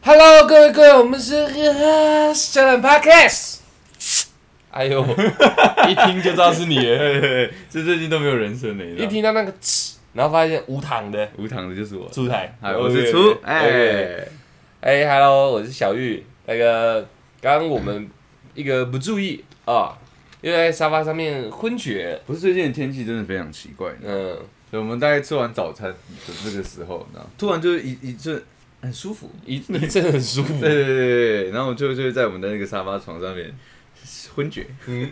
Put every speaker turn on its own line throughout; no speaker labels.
Hello，各位各位，我们是小懒 Podcast。哎 呦，
一听就知道是你了，嘿嘿嘿 这最近都没有人声了，你知道
一
吗
听到那个呲，然后发现无糖的。
无糖的就是我，
出台，
嗨，
哦
我是初，哎，
哎，Hello，我是小玉。那个，刚刚我们一个不注意啊，又在沙发上面昏厥。
不是最近的天气真的非常奇怪，
嗯，
所以我们大概吃完早餐的这个时候，然后突然就一一阵很舒服，
一一阵很舒服
对。对对对，对然后我就就会在我们的那个沙发床上面昏厥，
嗯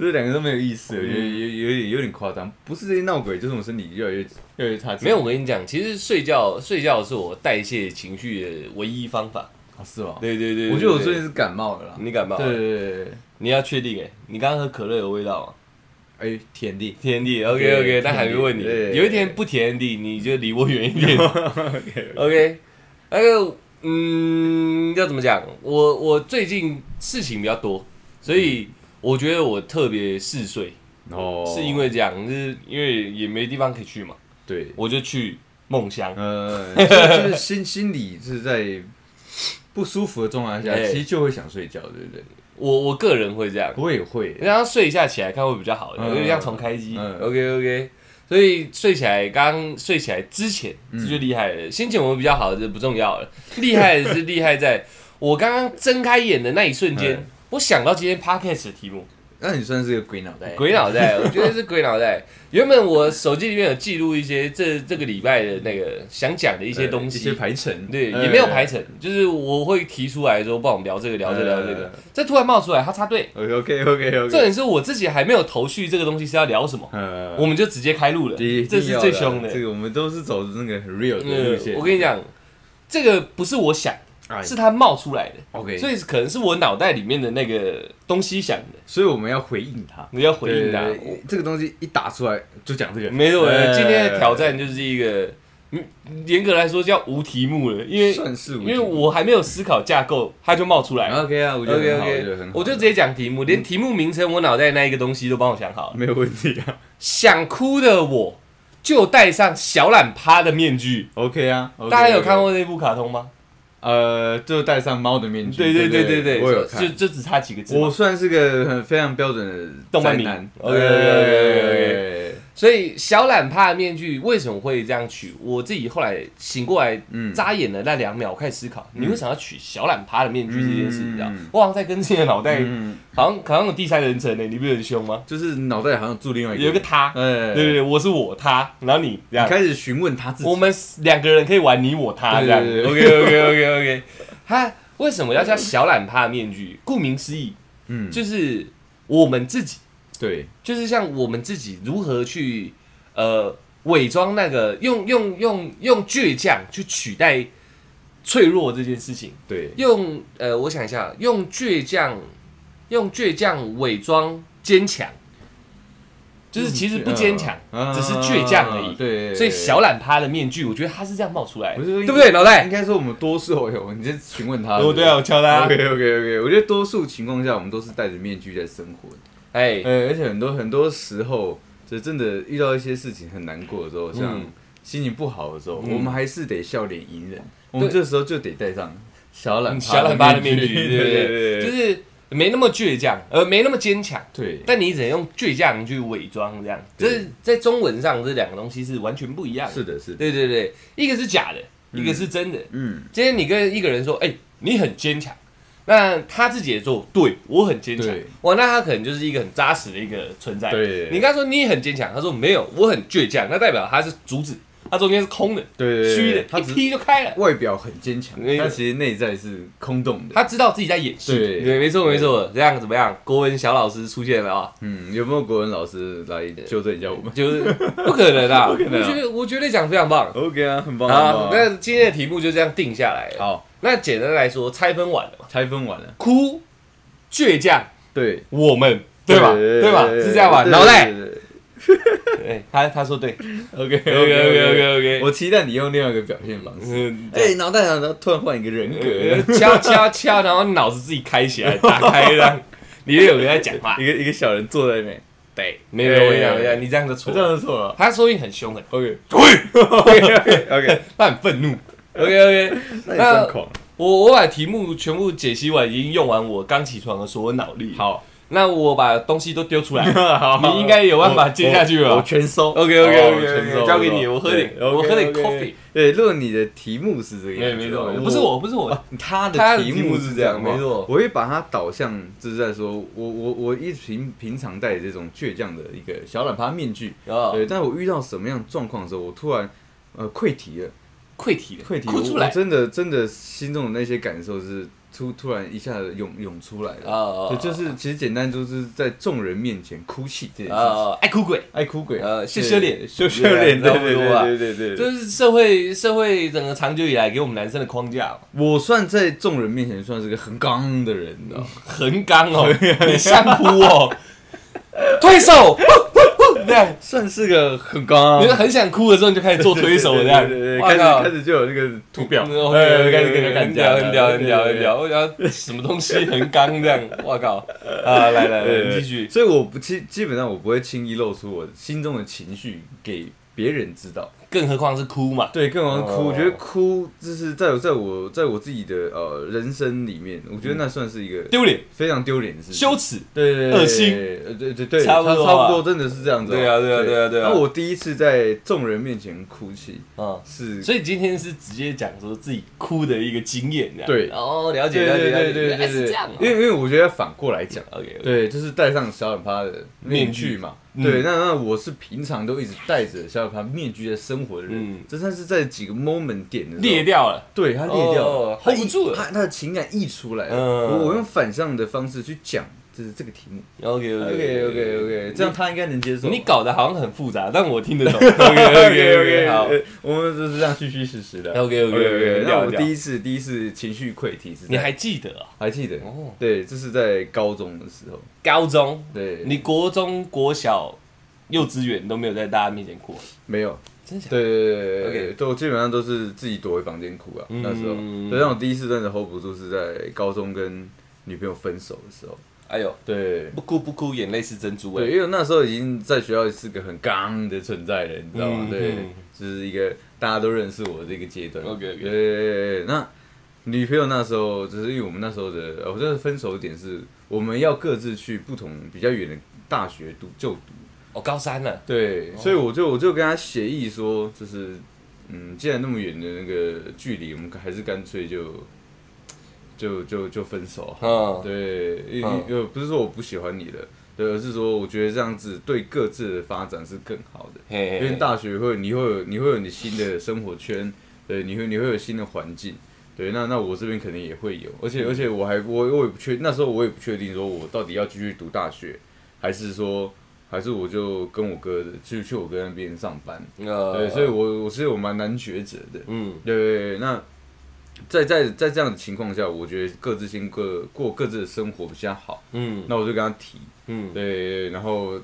这两个都没有意思，
哦
我觉得有有有点有点夸张，不是这些闹鬼，就是我身体越来越越来越差劲，
没有，我跟你讲，其实睡觉睡觉是我代谢情绪的唯一方法。
啊是吗？
对对对
我觉得我最
对
近是感冒了啦，
你感冒
对
了，
对对对对，
你要确定哎、你刚刚喝可乐有味道吗？
哎，田 地，
甜的，OK
对
OK，但还没问你。
甜的对
有一天不甜的，你就离我远一 点。OK，那个，嗯，要怎么讲？我我最近事情比较多，所以我觉得我特别嗜睡，
嗯哦
是因为这样，就是因为也没地方可以去嘛，
对。
我就去梦乡。
呃，就是就是心心里是在不舒服的状态下，
哎
其实就会想睡觉，对不对？
我我个人会这样，
我也会，
然后睡一下起来看会比较好，
嗯
有点像重开机。
嗯
OK OK，所以睡起来刚睡起来之前
嗯
这就厉害了，先前我比较好这不重要了，厉害的是厉害在我刚刚睁开眼的那一瞬间
嗯，
我想到今天 podcast 的题目
那你算是个鬼脑袋
“鬼脑袋”，我觉得是鬼脑袋。原本我手机里面有记录一些这这个礼拜的那个想讲的一
一
些东
呃一些
西。
排程，
对，
哎
也没有排。程，就是我会提出来说，不然我们聊这个，聊这个，聊这个
嗯，
这突然冒出来，它插队，
OK OK
重
OK，
点是我自己还没有头绪，这个东西是要聊什么，
呃
我们就直接开录了，
一定
这是
要啊
最凶
这
的。
个我们都是走那个很 real 的路
嗯
线。
我跟你讲，这个不是我想，
哎，
是它冒出来的，
OK，所
所
以
以可能是我脑袋里面的那个东西想的，
所以我们要回应他，
你要回应它。
对对对这个东西一打出来就讲这个，
没错，
哎
今天的挑战就是一个，嗯严格来说叫无题目了，因为
算是无
因
情
为我还没有思考架构，它就冒出来了。
OK 啊，我觉得
OK
很好，我觉得很
OK，
好，嗯
我就直接讲题目，连题目名称我脑袋那一个东西都帮我想好了。
没有问题啊。
想哭的我就戴上小懒趴的面具。
OK 啊，OK，
大家有
OK
看过那部卡通吗？
呃，就戴上猫的面具。
对对对对对，
我有
就
看。
就只差几个字嘛。
我算是个很非常标准的
动漫迷
宅男
OK，OK，OK，OK，OK
对
所以小懒趴的面具为什么会这样取？我自己后来醒过来，
嗯
眨眼的那两秒，我开始思考，你为什么要取小懒趴的面具这件事？
嗯
你知道
嗯，
我好像在跟自己的脑袋，
嗯，
好像好像有第三人称呢，你不是很凶吗？
就是脑袋好像住另外一个
有一个他，对
哎，
对对，我是我他，然后你这样
你，开始询问他自己
我，们两个人可以玩你我他这样。
对对
OK OK OK OK，他为什么要叫小懒趴的面具？顾名思义，
嗯，
就是我们自己，
对，
就是像我们自己如何去呃伪装那个用用用用倔强去取代脆弱这件事情，
对，
用呃我想一下，用倔强用倔强伪装坚强，就是其实不坚强，
嗯
只是倔强而已。
嗯对，
所以小懒趴的面具，我觉得他是这样冒出来的，
不是说
对不对，老
应
戴？
该说我们多数有，你先询问他。
哦，对啊，我敲他
OK。OK OK，我觉得多数情况下我们都是戴着面具在生活的。
哎，
呃，而且很多很多时候，就真的遇到一些事情很难过的时候，像
嗯
心情不好的时候，
嗯
我们还是得笑脸迎人。我们这时候就得戴上小懒
小懒趴的面具，
对
对不对？
对，
就是是没那么倔强，呃，没那么坚强，
对。
但你只能用倔强去伪装，这样。这
对
是在中文上，这两个东西是完全不一样的。
是的，是的，
对对对，一个是假的，一个是真的。
嗯，
今天你跟一个人说，哎，你很坚强。那他自己也说，对我很坚强
对，
哇，那他可能就是一个很扎实的一个存在。
对
你刚说你很坚强，他说没有，我很倔强，那代表他是竹子，他中间是空的，
对对，
虚的，
他
一
只是
劈就开了。
外表很坚强，
那个
但其实内在是空洞的。
他知道自己在演戏，
对
没错没错，这样怎么样？国文小老师出现了啊，
嗯，有没有国文老师来纠正一下我们
就是不可能啊，
能 啊
我觉得我觉得讲得非常棒。
？OK 啊，很棒，很
好，
棒
那今天的题目就这样定下来了。
好，
那简单来说，拆分完了嘛？
拆分完了，
哭、倔强，
对
我们对吧？对吧？是这样吧？脑袋，对他他说对。
，OK
OK OK OK OK，
我期待你用另外一个表现方 式。
嗯，
哎、脑袋想到突然换一个人 格，
敲敲敲，然后脑子自己开起来，打开 让里面有人在讲话。
一个一个小人坐在那边，
对，没有，我跟你讲，我跟你讲你这样就
我
错
这
了。
样就错了。
他说不定很凶很
OK
对，
OK OK，
他很愤怒。 OK OK，
那也算狂。
我我把题目全部解析完，已经用完我刚起床的所有脑力。，
好，
那我把东西都丢出来。
好
你应该有办法接下去吧
我我全收。
OK OK
哦
OK，,
全收
交给你，
收
我喝点，
对
我喝点
OK，OK，
coffee。
对，如果你的题目是这个
没
样子，
没错，不是我，不是
啊
我，
他
他
的
的
题
题目
目
是
是
这
这
样
样，
没错
我会把它导向，就是在说我我我一直平平常戴着这种倔强的一个小懒趴面具，
啊，
对，但我遇到什么样的状况的时候，我突然呃溃堤了，
溃体了，
溃堤了，
哭出
我
来
我真的真的心中的那些感受是突突然一下子涌涌出来了，
啊
对，就是其实简单就是在众人面前哭泣这件事情，
啊，爱哭鬼，
爱哭鬼，
呃羞
对
羞脸
羞羞脸，
对
对
差不
对
多吧
对对对
这
对，
是社会社会整个长久以来给我们男生的框架哦，
我算在众人面前算是个很刚的人，你知道吗？
横纲 哦，你相扑哦，推手， 呼呼呼这样，
算是个很高
你是很想哭的时候你就开始做推手这样
对对，对，
哇
开始
靠
开始就有那个图表，
嗯，OK，开始跟人
哎
干掉，很屌，很屌，很。
对对对对对对对对
屌！我想要什么东西很刚这样，我靠！啊，来来
对对
来，
对
继续。
所以我不基基本上我不会轻易露出我心中的情绪给别人知道。
更何况是哭嘛，
对，更何况
哦
哭，我觉得哭就是在我在我在我自己的呃人生里面，我觉得那算是一个
丢脸、
非常丢脸的事情。
羞耻，
对对对
恶心
呃对对对，
差不多啊
差不多，真的是这样子哦。
对啊对啊对啊对啊
那我第一次在众人面前哭泣
嗯。
是
所以今天是直接讲说自己哭的一个经验，这样。
对
哦，了解
对
了解
对
了
对
解，
对
原来
对
是
对
这样哦。
因为因为我觉得反过来讲，
OK，
对，就是戴上小懒趴的面具嘛。
面具
对，
嗯
那那我是平常都一直戴着小懒趴面具在生活的人
嗯，
这算是在几个 moment 点的时候
裂，掉了，
对，它裂掉
哦
了它
hold 不住了
它它的情感溢出来了。
嗯
我我用反向的方式去讲，就是这个题目。
OK
OK OK OK，这样他应该能接受吧。
你搞得好像很复杂，但我听 得懂。OK OK OK，好
呃我们就是这样虚虚实实的。
，OK OK OK，
那我第
一，
一次第一次情绪溃堤是在，
你还记得啊？
还记得
哦？
对，这是在高中的时候。
高中，
对，
你国中、国小、幼稚园都没有在大家面前哭，
没有？
真假？
对对对
OK
对，都基本上都是自己躲回房间哭啊。
嗯
那时候，对，让我第一次真的 hold 不住是在高中跟女朋友分手的时候。
哎呦，
对
不哭不哭，眼泪是珍珠哎
对，。因为那时候已经在学校是个很刚的存在了，你知道吗
嗯？
对
嗯，
就是一个大家都认识我的一个阶段。
OK，OK
对对对对那女朋友那时候，就是因为我们那时候的，呃我觉得分手点是我们要各自去不同比较远的大学读就读。
我哦高三了，
对，所以我就我就跟他协议说，就是嗯，既然那么远的那个距离，我们还是干脆就就就就分手好。
嗯，
对，因
嗯
因为不是说我不喜欢你了，对，而是说我觉得这样子对各自的发展是更好的。
嘿
因为大学会，你会有你会有你新的生活圈，对，你会你会有新的环境，对，那那我这边可能也会有，而且而且我还我我也不确那时候我也不确定说我到底要继续读大学，还是说还是我就跟我哥的去去我哥那边上班，
呃
对，所以我我是我蛮难抉择的，
嗯，
对对对，那在在在这样的情况下，我觉得各自先各过各自的生活比较好，
嗯
那我就跟他提，
嗯
对对，然后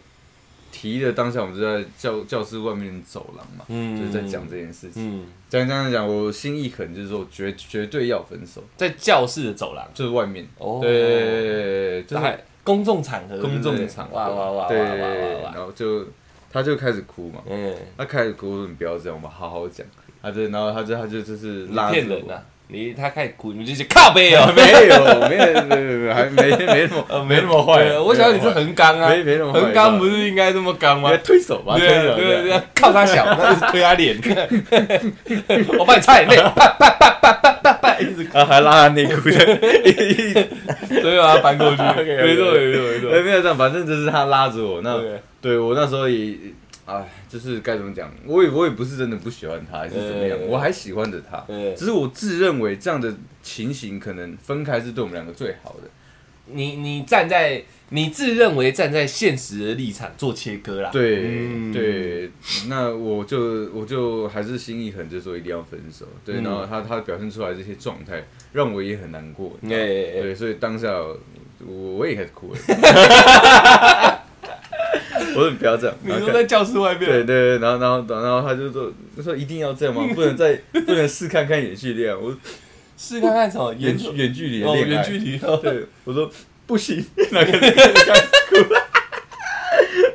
提的当下，我们就在教教室外面走廊嘛，
嗯
就是在讲这件事情。
嗯，
讲讲讲，我心一狠，就是说我绝绝对要分手，
在教室的走廊，
就是外面，
哦
对对对对对，就
就是是公众场合，
公众场合，
哇哇哇哇
对，
哇哇
然
哇，
后就他就开始哭嘛，
嗯，
他开始哭，我说你不要这样，我们好好讲。他就然后他就他就就是
你
拉
骗
着
人
我。
呐，你他开始哭，你就是靠背哦，
没有，没有，没有，没有，还没没那么， 没那么坏。
对我想你是
没那么
横纲啊，
没没那么坏
横纲不是应该这么刚吗
坏，？推手吧，推
对啊
手，
对啊
这
对
样
啊， 靠他小，那就是推他脸， 我帮你擦眼泪，啪啪啪啪啪啪啪，一直
啊，还拉他内裤的，
对啊，翻过去，
OK，OK，OK
没错没错没错
没有没有这样，反正就是他拉着我。那
对
对我那时候也，哎，就是该怎么讲，我也我也不是真的不喜欢他，还是怎么样，
对
我还喜欢着他
对，
只是我自认为这样的情形可能分开是对我们两个最好的。
你你站在你自认为站在现实的立场做切割啦，
对、
嗯
对，那我就我就还是心一狠，就说一定要分手。对，
嗯
然后他他表现出来这些状态，让我也很难过。你知道吗
哎哎哎
对，所以当下我我也开始 哭了。我说你不要这样，
你
然后
都在教室外面，
对对对，然后然后然后他就说，他说一定要这样吗？不能再不能试看看远距离啊！ 我
试看看什么
远
远
距远距离的
哦
恋爱，
远距离哦，
对，我说不行， 然后开始开始哭。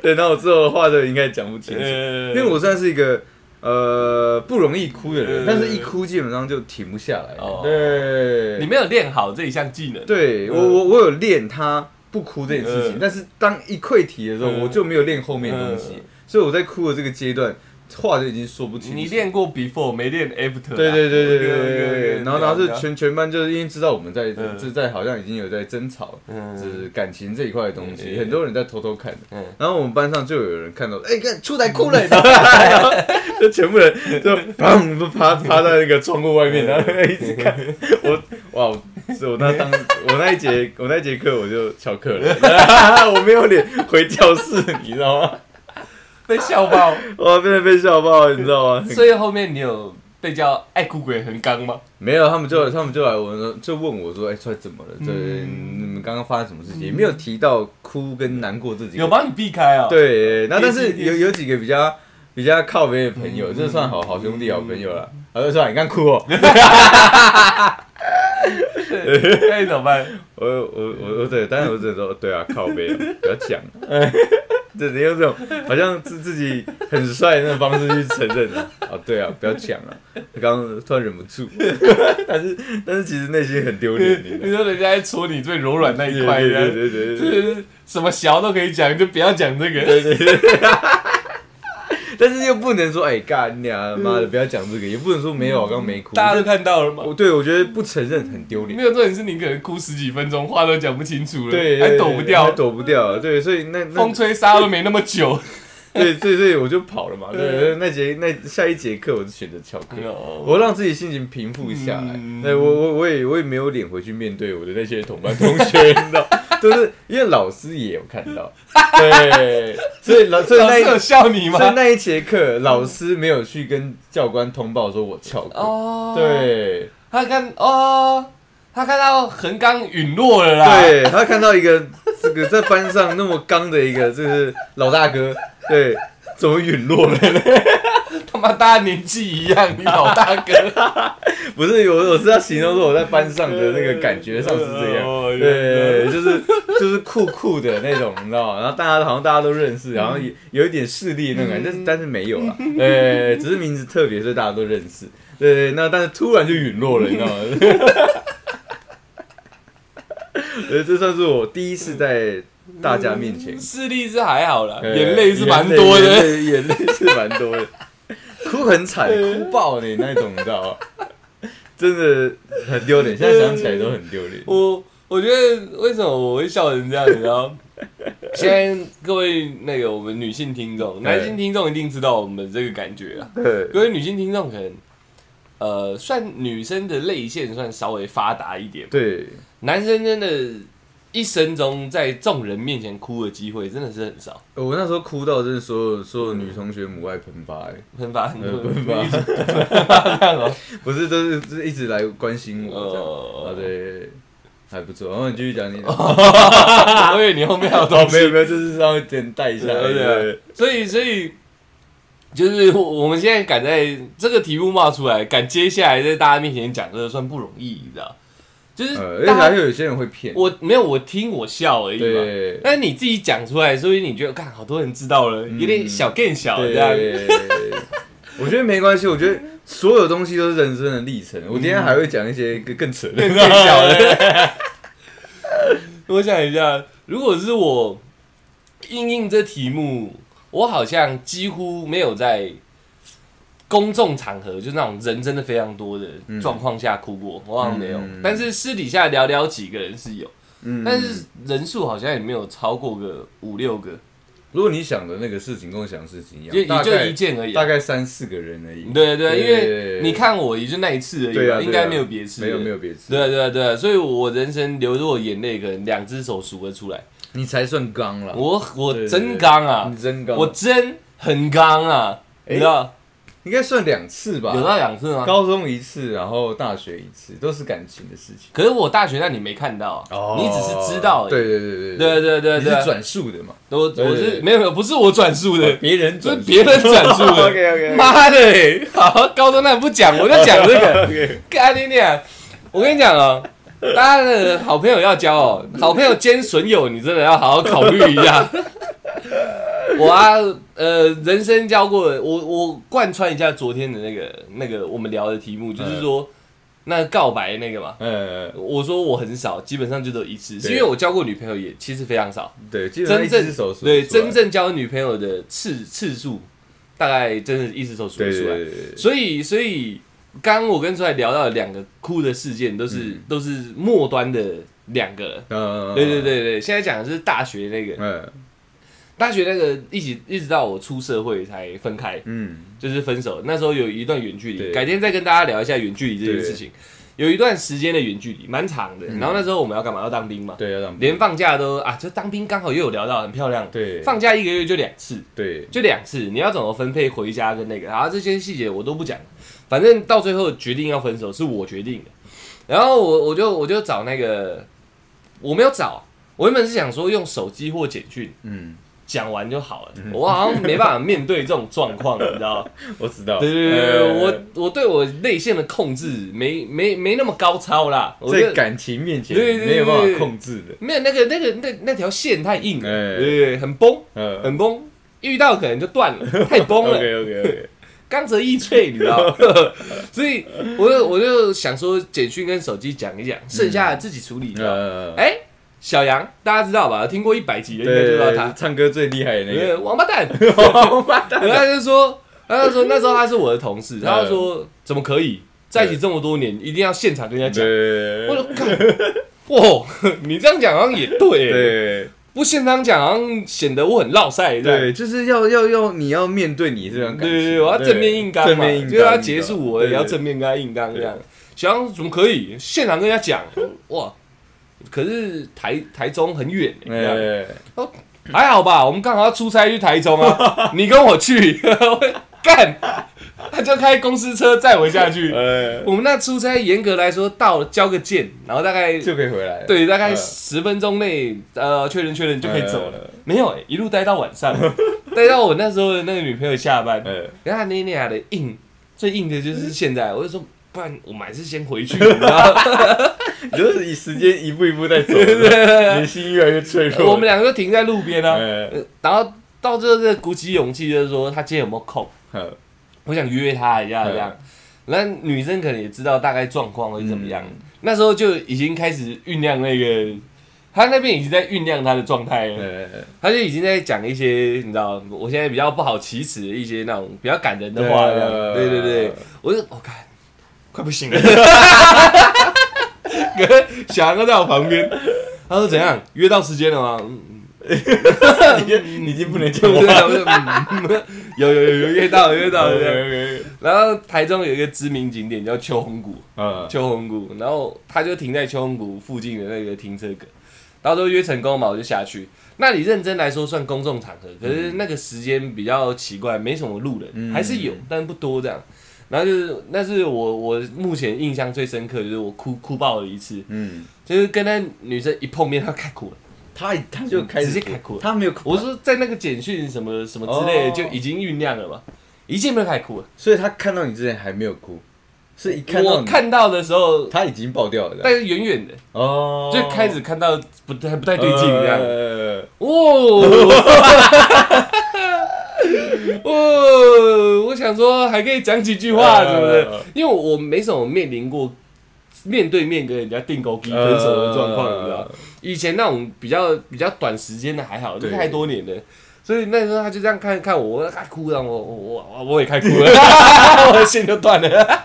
对，然后我之后的话就应该讲不清楚，
因
因为我算是一个呃不容易哭的人，
嗯
但是一哭基本上就停不下来。
哦你
对，
没有练好这一项技能，
对我
嗯
我我有练他不哭这件事情，
嗯
但是当一溃体的时候，
嗯
我就没有练后面的东西
嗯，
所以我在哭的这个阶段，话就已经说不清楚。
你练过 before 没练 after，啊
对对对对对
OK，OK，OK，
对对对，然后然后
了
是
解
全全班就是因为知道我们在
嗯
这在好像已经有在争吵，
嗯
就是感情这一块的东
嗯嗯
西，
嗯
很多人在偷偷看
嗯
然后我们班上就有人看到，哎，看出来哭了，然后就全部人就砰都趴趴在那个窗户外面，然后一直看我，哇！所以我那当我那一节我那一节课我就翘课了，我没有脸回教室，你知道吗？
被笑爆，
哇，被被笑爆，你知道吗？
所以后面你有被叫爱哭鬼很刚吗？
没有，他们就他们就来我说，就问我说，哎、出来怎么了？对，
嗯
你们刚刚发生什么事情？也没有提到哭跟难过这几个。
有？帮你避开啊？，
对，那但是
也是
有有几个比较比较靠边的朋友，
嗯
这算好好兄弟、好朋友了。他就说你刚哭哦，
那你哎怎么 办？
我我我我对，但是我只能说，对啊，靠边，不要讲。只能用这种好像自自己很帅的那种方式去承认了、啊。哦，对啊，不要讲了、刚刚突然忍不住，但是但是其实内心很丢脸，你知道吗
你说人家在戳你最柔软那一块，
对
人家
对对对
就
对
是什么小都可以讲，就不要讲这个。
对对对对。 但是又不能说哎干你啊妈的不要讲这个，也不能说没有，我刚刚没哭。
大家都看到了嘛
我，对我觉得不承认很丢脸
没，有重点是你可能哭十几分钟，话都讲不清楚了，
对，对
还躲不掉
还，躲不掉，对，所以那那
风吹沙都没那么久。
对对对，我就跑了嘛。
对
对，那节那下一节课我就选择翘课，
我
我让自己心情平复下来。
嗯
对我我我也我也没有脸回去面对我的那些同班同学，你知道，就是因为老师也有看 到，对，所以老所以
老
那
师
一
有笑你吗
所？以那一节课，老师没有去跟教官通报说我翘课。
哦，，
对
他看哦，他看到横纲陨落了啦。
对，他看到一个这个在班上那么刚的一个，就是老大哥，对，怎么陨落了呢？
他妈大家年纪一样，你老大哥，
不是，我我是要形容说我在班上的那个感觉上是这样。
哦
对，，就是就是酷酷的那种，你知道吗？然后大家好像大家都认识，然后也有一点势力那种感觉，但是但是没有啊，对，只是名字特别，所以大家都认识。对，那但是突然就陨落了，你知道吗？ 呃，这算是我第一次在大家面前，
视力是还好啦，
呃
眼泪是蛮多
眼
的。
泪眼泪是蛮多的， 哭很惨，哭爆你那种，你知道吗？ 真的很丢脸，现在想起来都很丢脸。
我我觉得为什么我会笑成这样，你知 道？现在各位那个我们女性听众、男性听众一定知道我们这个感觉啊。
对
各位女性听众可能，呃，算女生的泪腺算稍微发达一点，
对，
男生真的，一生中在众人面前哭的机会真的是很少，
我那时候哭到真的所有所有女同学母爱喷发、欸，
很烦，很
呃喷 发，
这样 哦。
不是都是就是一直来关心我这样。
哦
啊，对，还不错。然哦后你继续讲你的。
我以为你后面还有东
哦，
西。
没有没有，就是稍微简带一下。
对
对
对
对
对，所以所以就是我我们现在敢在这个题目冒出来，敢接下来在大家面前讲，这个算不容易，你知道？就是
呃，而且
大
还
家、
有有些人会骗。
我没有我听我笑而已嘛。
对。
但是你自己讲出来，所以你觉得，看好多人知道了，有点小更小这样。
嗯对， 我觉得没关系。我觉得所有东西都是人生的历程。我今天还会讲一些更更扯的。
嗯 更小 的。 我想一下，如果是我应应这题目，我好像几乎没有在公众场合，就那种人真的非常多的状况下哭过，我好像没有。
嗯
但是私底下聊聊几个人是有，
嗯
但是人数好像也没有超过个五六个，
如果你想的那个事情跟我想的事情一
就也
样，大
就
概
一件而已啊。
大概三四个人而已。
对对，因为
对
你看我也就那一次而已
对
嘛，
啊，
应该
对啊
没有别次，
没有没有别次，
对啊对啊对啊，所以我人生流落眼泪，可能两只手数得出来。
你才算刚了。
我我
对对
真刚啊
你，真刚，
我真很刚啊，
诶
你知道
应该算两次吧
有，到两次吗？
高中一次，然后大学一次，都是感情的事情。
可是我大学那你没看到啊，你只是知道而已。
哦对对对对
对对对
你
对
是
对，
转述的嘛？
我
对
我
对哦
是
对
没有没有，不是我转述的，
别人
是
转述
别人转述
哦
的。
OK
妈的欸，好，高中那不讲，我就讲这个。干你娘！我跟你讲哦，大家的好朋友要交哦，好朋友兼损友，你真的要好好考虑一 下。我啊，呃，人生教过的我，我贯穿一下昨天的那个那个我们聊的题目，就是
嗯
说、那个告白那个嘛。
呃，
我说我很少，基本上就只有一次，是因
对
为我交过女朋友也其实非常少，
对，基本上
真
一只
正
手数
对
得出来
真正交女朋友的次次数，大概真的一只手数
对
得
对
出来。
对对对
所以，所以刚刚我跟出来聊到的两个哭的事件，都是、
嗯
都是末端的两个了。
呃，
对对对对，现在讲的是大学那个，
嗯
大学那个一起一直到我出社会才分开，
嗯，
就是分手。那时候有一段远距离，
对
改天再跟大家聊一下远距离这件事情。有一段时间的远距离，蛮长的。然后那时候我们要干嘛？要当兵嘛。
嗯对要让
连放假都啊，就当兵刚好又有聊到，很漂亮。
对
放假一个月就两次，
对
就两次，你要怎么分配回家跟那个，然后这些细节我都不讲，反正到最后决定要分手是我决定的。然后我我就我就找那个，我没有找，我原本是想说用手机或简讯
嗯，
讲完就好了，我好像没办法面对这种状况，你知 道吗？
我知道，
对对对
呃
对，我我对我内线的控制没没没那么高超啦，我觉
在
得
感情面前
对对对
没有办
对
法控制的，
没有那个那个那那条线太硬了，
哎
对对对，很崩
呃
很崩，遇到可能就断了，太崩了。
，OK OK OK，
刚则易萃，你知道吗？所以我就我就想说，简讯跟手机讲一讲，剩下的自己处理。哎、
呃，
小杨，大家知道吧？听过一百集的应该就知道他，
唱歌最厉害的那
对，
个，
王八蛋。
王八蛋，
然后他就说，他就说那时候他是我的同事，他就说怎么可以在一起这么多年，一定要现场跟人家讲。
对
我说，干哇，你这样讲好像也对，
对
不现场讲好像显得我很落塞，这样
对，就是要要要，你要面对你这种感情，
对对对，我要正面硬刚
正
嘛，
面硬刚，
就是要结束我也要
对
正面跟他硬刚这样。小杨怎么可以现场跟人家 讲哇？可是台台中很远欸、
对
这样
对对
还好吧？我们刚好要出差去台中 啊，你跟我去， 我干，他就开公司车载我下去。
呃，
我们那出差严格来说到了交个件，然后大概
就可以回来了，
对大概
呃
十分钟内呃确认确认就可以走了
呃。
没有、欸、一路待到晚 上，待到我那时候的那个女朋友下班。
呃，
然后他那那俩的硬，最硬的就是现在，我就说，不然我们还是先回去，你知道吗？
就是以时间一步一步在走，
对对对
你心越来越脆
对
弱，
我们两个就停在路边啊，
呃，
呃然后到最后这鼓起勇气，就是说他今天有没有空，
呃
我想约他一下
嗯
这样。那女生可能也知道大概状况会怎么样，
嗯
那时候就已经开始酝酿那个，他那边已经在酝酿他的状态了，
呃，
他就已经在讲一些你知道，我现在比较不好启齿的一些那种比较感人的话，这样，对对对。我就我哦看、快不 行了，可是小杨哥在我旁边，他说怎样约到时间了吗？嗯嗯
对，你你已经不能讲
对
话
不对？我就嗯嗯有有有有约到约
嗯
到 这样。
OK，
然后台中有一个知名景点叫秋红谷，
嗯，
秋红谷，然后他就停在秋红谷附近的那个停车格，到时候约成功嘛，我就下去。那你认真来说算公众场合，可是那个时间比较奇怪，没什么路人，
嗯
还是有，但不多这样。然后就是，那是我我目前印象最深刻，就是我哭哭爆了一次，
嗯，
就是跟那女生一碰面，她开哭了。
他他就开始
直接开哭了
他没有哭，
我说在那个简讯什么什么之类的，
哦
就已经酝酿了嘛，一见面就开始哭了。
所以他看到你之前还没有哭，是一看到
我
你，
看到的时候，
他已经爆掉了
但，是远远的，
哦，
就开始看到不太不太对劲这样。
呃
哦， 哦，我想说还可以讲几句话什么的
呃，
因为我没什么面临过面对面跟人家定勾机分手的状况，你知
啊
道吗？以前那种比较比较短时间的还好，这
对
太多年了。所以那时候他就这样看看我，他哭了，我我我我也开哭了，我 的线就断了，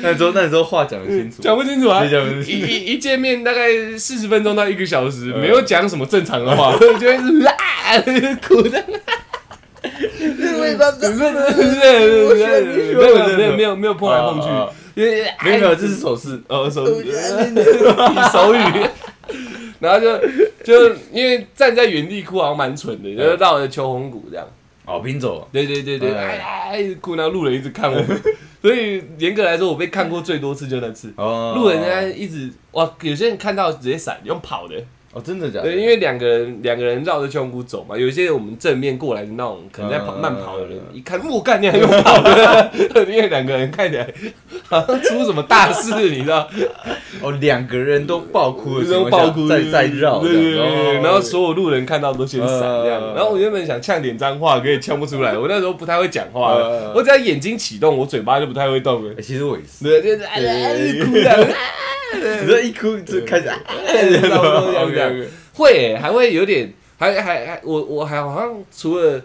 那时候那时候话讲得清楚，
讲不清楚啊
你讲不清。楚
一一一见面大概四十分钟到一个小时，
呃
没有讲什么正常的话， 就会是啊哭的。
为什
对对对对对对对对
么？
没有没有没有没有碰来碰去，因为
哦
哎
没有没有，这是手势。
呃手语 手语， 然后就就因为站在原地哭好像蛮蠢的，就是绕着秋红谷这样，
哦，拼走。
对对对对，哎哎一直哭，然后路人一直看我， 所以严格来说我被看过最多次就那次，
哦
路人呢一直哇，有些人看到直接闪，用跑的，
哦，真的假的？
对，因为两个人两个人绕着香菇走嘛，有一些我们正面过来的那种，可能在跑
嗯
慢跑的人
嗯，嗯
一看我干，你还用跑的？ 因为两个人看起来好像出什么大事，你知道？
哦，两个人都爆哭的情
种
况
爆
下，
哭，
再再绕这
对对
样，
对对，
哦
然后所有路人看到都先闪这样。
嗯
然后我原本想呛点脏话，可以呛不出来，我那时候不太会讲话
嗯，
我只要眼睛启动，我嘴巴就不太会动了
欸。其实我也是，
对，就是哎哎哭的，
你这一哭就开始啊，
差不多这样
OK，OK
会耶、还会有点，还还还，我我还好像除了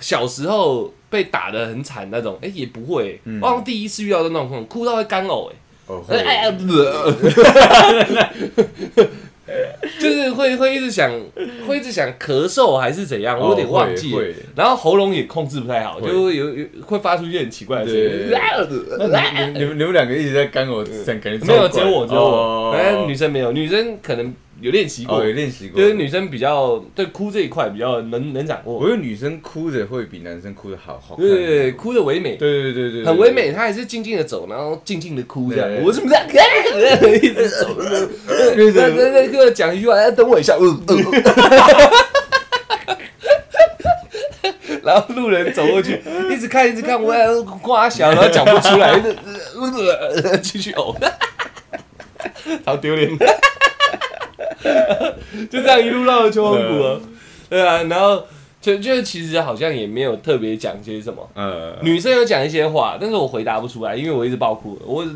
小时候被打的很惨那种，哎、也不会耶、
嗯
我好像第一次遇到的那种，哭到会干呕、
哦，
哎，哎哎，
会，
不是
呃
就是会会一直想，会一直想咳嗽还是怎样，我有点忘记
哦
了。
会会
然后喉咙也控制不太好，
会
就会有有会发出一些很奇怪的声音
对。那你你你们你们两个一直在干我，感觉
没有，只有我，只有我。反正
正
女生没有，女生可能有练习过
哦，有练习过，
就是女生比较对哭这一块比较能能掌握，
我觉得女生哭着会比男生哭的好好看。
对对对，哭的唯美，
对对对对，
很唯美。她还是静静的走，然后静静的哭这
对
样。
对
我是不是这样一直走？
对。
那
对
那
对
那跟我讲一句话，哎等我一下。呃呃然后路人走过去，一直看，一直看，我哎夸小，然后讲不出来，一直呃呃呃继续呕，好丢脸。就这样一路绕着秋红谷啊，对啊，然后就就其实好像也没有特别讲些什么，
呃，
女生有讲一些话，但是我回答不出来，因为我一直爆哭，我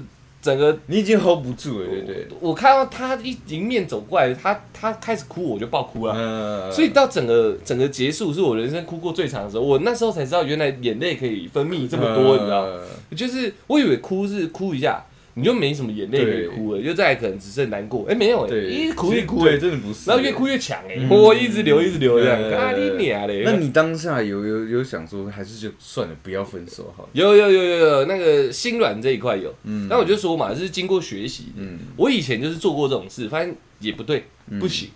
整个
你已经 hold 不住了，对对。
我看到他一迎面走过来，他他开始哭，我就爆哭了。
嗯，
所以到整个整个结束，是我人生哭过最长的时候。我那时候才知道，原来眼泪可以分泌这么
嗯
多，你知道？
吗？
就是我以为哭是哭一下，你就没什么眼泪可以哭了，就再来可能只剩难过。哎，没有哎，
对，
一哭一哭
对，
哎，
真的不是。
然后越哭越强哎，
嗯
我一直流一直流这样，
对
咖喱娘嘞！
那你当下有有有想说，还是就算了，不要分手好了。
有有有有有那个心软这一块有，
嗯
但我就说嘛，是经过学习的。
嗯
我以前就是做过这种事，发现也不对，不行。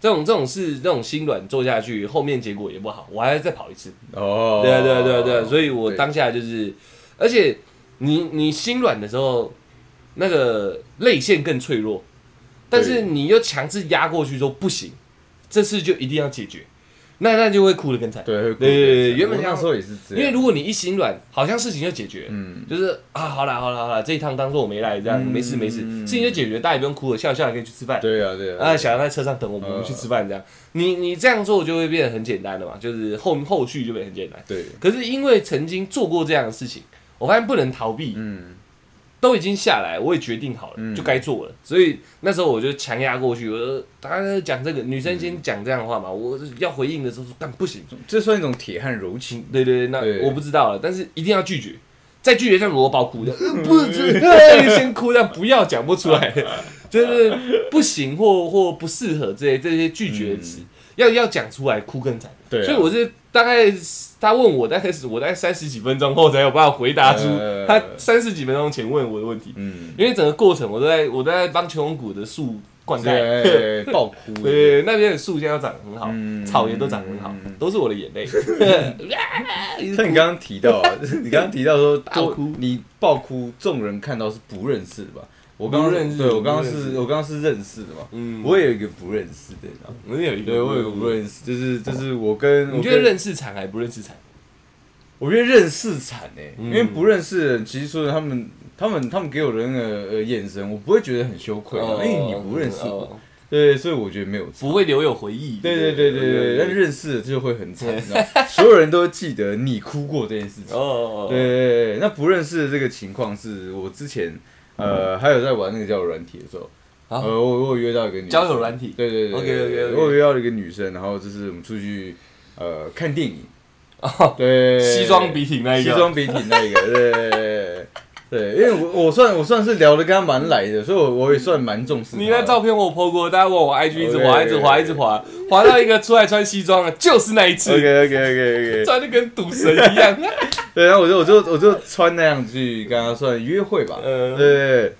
这种这种事，这种心软做下去，后面结果也不好，我还要再跑一次。
哦，
对啊对啊对啊对啊，所
以
以我
对
当下就是，而且你你心软的时候，那个泪腺更脆弱，但是
对
你又强制压过去说不行，这次就一定要解决，那那就会哭得更惨。
对会哭
对对对
我
原本
那时候也是这
因
样，
为如果你一心软，好像事情就解决了。
啊嗯
就是啊，好啦好啦好啦，这一趟当做我没来，这样、
嗯
没事没事，
嗯
事情就解决，大家也不用哭了，笑笑也可以去吃饭。
对啊对
啊，
啊，
小杨在车上等我们，
嗯
我们去吃饭这样。你你这样做就会变得很简单了嘛，就是后后续就变得很简单。
对，
可是因为曾经做过这样的事情，我发现不能逃避，
嗯
都已经下来，我也决定好了，
嗯
就该做了。所以那时候我就强压过去，我说呃大家讲这个，女生先讲这样的话嘛，我要回应的时候说干不行，
这算一种铁汉柔情。
对对对，
对
那我不知道了，但是一定要拒绝，再拒绝像萝卜 哭的，呃不，这先哭，但不要讲不出来， 就是不行或或不适合这些这些拒绝词，要要讲出来，哭更惨。
嗯对啊
所以我是大概他问我大概是我大概三十几分钟后才有办法回答出
呃
他三十几分钟前问我的问题，
嗯，
因为整个过程我都在我都在帮球红谷的树灌溉。
嗯对，哎爆哭。
对，那边的树现在长得很好，
嗯
草原都长得很好，
嗯
都是我的眼泪。一直
像你刚刚提到啊，你刚刚提到 说
爆哭
多你爆哭，众人看到是不认识的吧？我刚
不认识
刚对我刚刚
不认识
是，我刚刚是认识的嘛。
嗯
我也有一个不认识的，你知道吗
我有一个，
对我有一个不认识，就是就是我跟
你
我
觉得
跟
认识惨还不认识惨？
我觉得认识惨哎、
嗯
因为不认识的人，其实说他们他们他们给我的那个呃眼神，我不会觉得很羞愧、啊，因为你不认识我，
哦
对，所以我觉得没有差。
不会留有回忆。
对对对对对，但是认识了就会很惨，你知道吗所有人都会记得你哭过这件事情。
哦，
对对对，那不认识的这个情况是我之前呃还有在玩那个交友软体的时候，
啊
呃我我有约到一个女生
交友软体
对对对
OK，OK，OK
我有约到一个女生，然后就是我们出去呃看电影，对，
西装笔挺那一
西
个，
装笔挺那一个，对对对对，对因为我我算我算是聊的跟他蛮来的，所以我我也算蛮重视她的。
你那照片我 PO 过，大家问我 IG 一直滑，
OK，OK，OK
一直滑，一直滑，滑到一个出来穿西装的，就是那一次
OK OK OK OK，
穿的跟赌神一 样。
对，然后我就我就我就穿那样去跟他算约会吧，
嗯
对对对。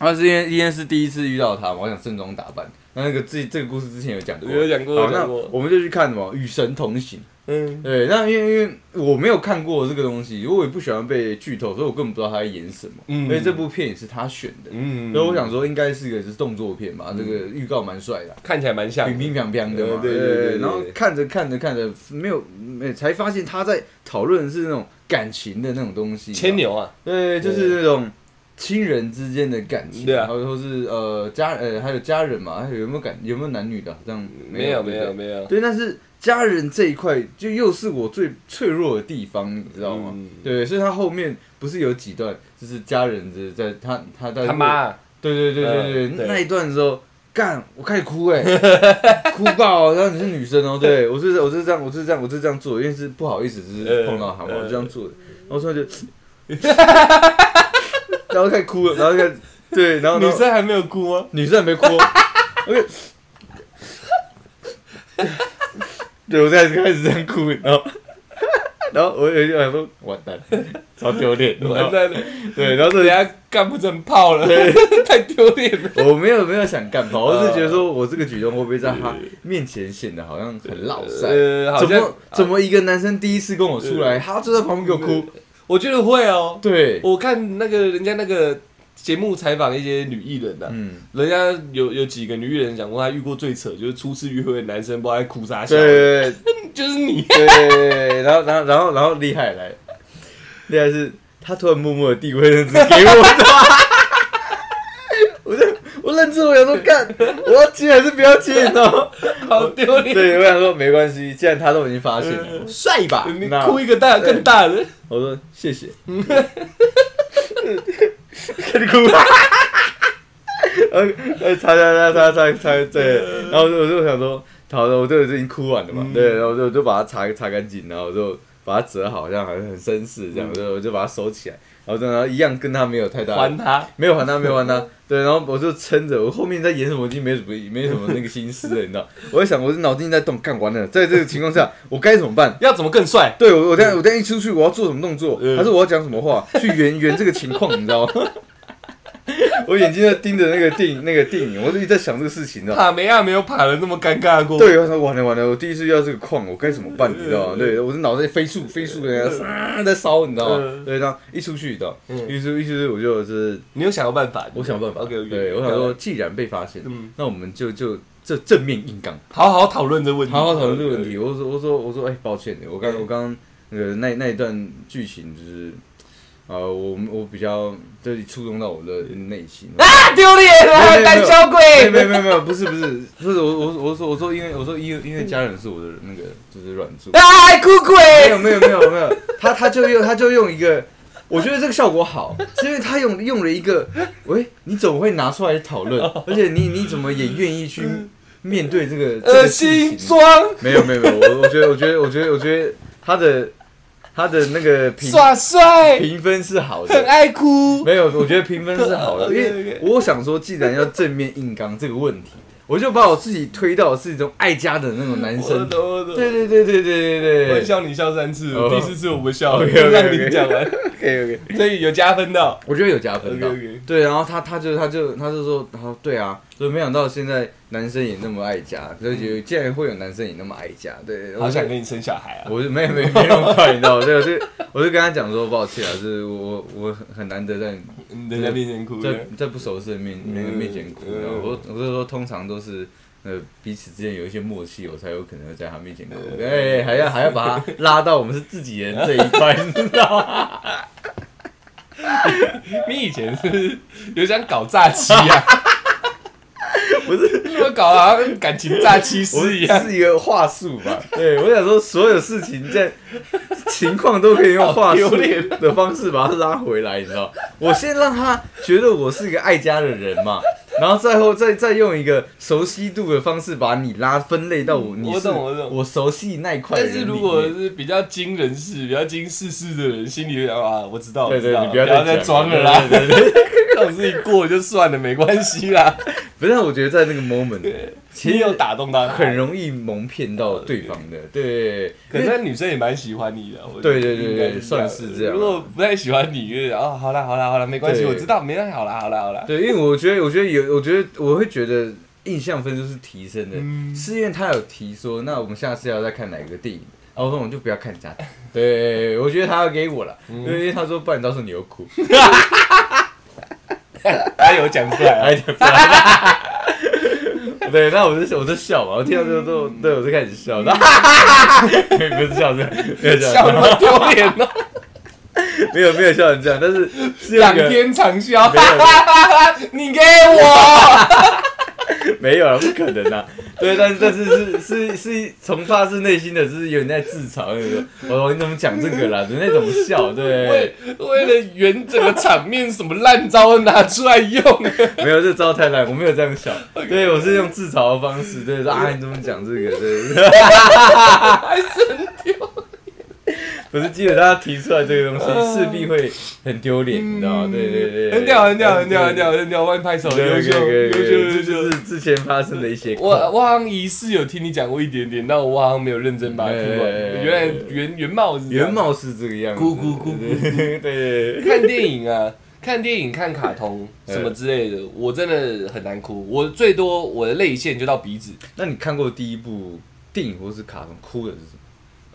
然后是因为因为是第一次遇到他嘛，我想盛装打扮。那那个这这个故事之前有讲 过，
有讲过
好，
有
那
讲过
我们就去看什么《与神同行》
嗯，
对，那因为因为我没有看过这个东西，我也不喜欢被剧透，所以我根本不知道他在演什么。
嗯
因为这部片也是他选的，
嗯
所以我想说应该是一个是动作片吧。这个预告蛮帅的啊，
看起来蛮像
乒
的，
乒乓乓的嘛。
呃对对对对
然后看着看着看着，没有没才发现他在讨论的是那种感情的那种东西。
牵牛啊，
对，就是那种亲人之间的感情，
对啊
还有说是呃家呃还有家人嘛，还有有没有感有没有男女的啊？这样
没有没
对不
有
对
没有，
对，但是家人这一块就又是我最脆弱的地方，你知道吗？
嗯
对，所以他后面不是有几段，就是家人的在他他在
他，妈啊
对对对对对，
嗯对
那一段的时候。干！我开始哭哎、 哭爆！然后你是女生哦，对我是我是这样，我是这样，我是这样做的，因为是不好意思，只是碰到他嘛，
嗯
我就这样做的。然后突然就，
呃
然后开始哭了，然后开始对，然后
女
然后
生还没有哭吗？
女生还没 哭哦。OK，对我在开始这样哭，然后 然后我有就想说完蛋，超丢脸，
完蛋了，
对，然后这
人家干不成炮了， 太丢脸了。
我没有没有想干跑，我是觉得说我这个举动会不会在他面前显得好像很老塞？
呃，好
怎
像
么怎么一个男生第一次跟我出来，他就在旁边给我哭？
我觉得会哦，
对，
我看那个人家那个节目采访一些女艺人的、啊
嗯，
人家有有几个女艺人讲过，她遇过最扯就是初次约会的男生不知道在哭啥笑，
对对
就是你，啊
对对对，然后然后然后然后厉害来，厉害是他突然默默的递卫生纸给我， 我就我认知我想说干，我要接还是不要接，你知道吗？
好丢脸。啊
对，我想说没关系，既然他都已经发现了，呃我帅吧？
你
那
哭一个大更大的，
我说谢谢，开始哭了。呃呃，擦擦擦擦擦擦，对，然后我就我就想说，好的，我这个已经哭完了嘛，
嗯
对，然后我就我就把它擦擦干净，然后我就把它折好，像好像很绅士这样，我就我就把它收起来，然后然后一样跟他没有太大的
还他，
没有还他，没有还他。对，然后我就撑着，我后面在演什么已经没什么没什么那个心思了，你知道？我在想，我是脑筋在动，干完了，在这个情况下，我该怎么办？
要怎么更帅？
对我，我这样我这样一出去，我要做什么动作，
嗯
还是我要讲什么话，去圆圆这个情况，你知道吗？ 我眼睛在盯着那个电影，那个电影，我就一直在想这个事情，你知道吗？
帕梅亚没有帕的那么尴尬过，
对，我想完了完了，我第一次遇到这个框，我该怎么办？你知道吗？对，我的脑袋飞速飞速的啊在烧，你知道吗
嗯？
对，然后一出去，你知道，
嗯
一出一出去我就是
你有想到办法？
我想办法。
OK，OK
对，我想说，既然被发现，
嗯
那我们就就这正面硬刚，
好好讨论这个问题，
好好讨论这个问题。我说我说我说，哎、抱歉，我刚我刚刚那个那那一段剧情就是，呃，我我比较就是触动到我的内心。
啊，丢脸
没有没
了，
有
胆小
没有没
鬼！
有没有没有，不是不是不是，我我我说我说因为我说因为因为家人是我的那个就是软柱，
啊，哭
没
鬼！
有没有没有没有，他他就用他就用一个，我觉得这个效果好，是因为他用用了一个，喂，你怎么会拿出来讨论？而且你你怎么也愿意去面对这个这
恶
个事
心
情？
酸
没有没有没有，我我觉得我觉得我觉得我觉得他的他的那个评
耍帅，
评分是好
很
的。
爱哭。
没有，我觉得评分是好 的，因
OK，OK
为我想说，既然要正面硬刚这个问题，我就把我自己推到是一种爱家的那种男
我
生。
懂我懂
对对对对对对
我
对
会。笑你笑三次，
哦
我第四次我不笑，
OK，OK，OK
就让你讲完，
OK OK。
所以有加分的。
我觉得有加分的。
OK，OK
对，然后他他就他就他就说，他说对啊，所以没想到现在男生也那么爱家，所以
嗯
有竟然会有男生也那么爱家，对，
好
我
想
就
跟你生小孩啊！
我就没有没有没那么快，你知道吗？对，我就我就跟他讲说，抱歉啊，就是我我我很很难得在
嗯人家面前哭，
在在不熟识的面面面前哭，然后我我就说通常都是。呃，彼此之间有一些默契，我才有可能会在他面前哭。哎、还要还要把他拉到我们是自己人这一块，你知道吗？
你以前是不是有想搞诈欺 啊？不 是，怎么搞啊？跟感情诈欺
我
师一样。
是一个话术 吧。对，我想说，所有事情在情况都可以用话术
好丢脸
的方式把它拉回来，你知道？我先让他觉得我是一个爱家的人嘛，然后再后再再用一个熟悉度的方式把你拉分类到我，你
嗯我
是
懂我懂
我熟悉那一块的
但
人里
是
面。
如果是比较经人事、比较经世事的人，心里会想啊，我知道，
对
我知
对，
道
你
不要再
讲
装了啦，
对对对对
这种事情过了就算了，没关系啦。
不是，我觉得在那个 moment 其
你
实
有打动到他，
很容易蒙骗到对方的，对。
可是那女生也蛮喜欢你的，我觉得
对对对
应该
对
这样
算是这样啊
如果不太喜欢你，就是哦，好啦好啦好啦，没关系，
对
我知道，没关系，好啦好啦好啦。
对，因为我觉得，我觉得有，我觉得我会觉得印象分数是提升的，
嗯
是因为他有提说，那我们下次要再看哪个电影，啊，我说我们就不要看家长，对，我觉得他要给我了，因为他说不然到时候你又哭，
他有讲出来啊，
哎对，那我就我就笑嘛，我听到之后都对我就开始笑，然后不是笑这样，没有
笑那
笑这样，
么丢脸哦，
没有没有笑成 这样，但是是
仰
那个
天长啸
没有，
你给我，
没有了，不可能啊！ 对，但是但是是是是从发自内心的，就是有人在自嘲那种。哦，你怎么讲这个啦？的那种笑，对
为，为了圆整个场面，什么烂招都拿出来 用，
没有这招太烂，我没有这样想。对，我是用自嘲的方式，对，说啊，你怎么讲这个？对，
还是很丢。
不是，基本上他提出来这个东西，势必会很丢脸，你知道吗？哦对对对，
呃嗯很屌，很屌，很屌，很屌，很屌！万拍手，
对。
优
对
秀，
对对
优
对，
秀，
这就
优秀。
是之前发生的一些。
我我好像疑似有听你讲过一点点，但我好像没有认真把它听完。
哎
原来原原貌是这样
原貌是这个样子，
咕咕咕咕
对，对，
看电影啊，看电影、看卡通
哎
什么之类的，我真的很难哭。我最多我的泪腺就到鼻子。
那你看过第一部电影或是卡通哭的是什么？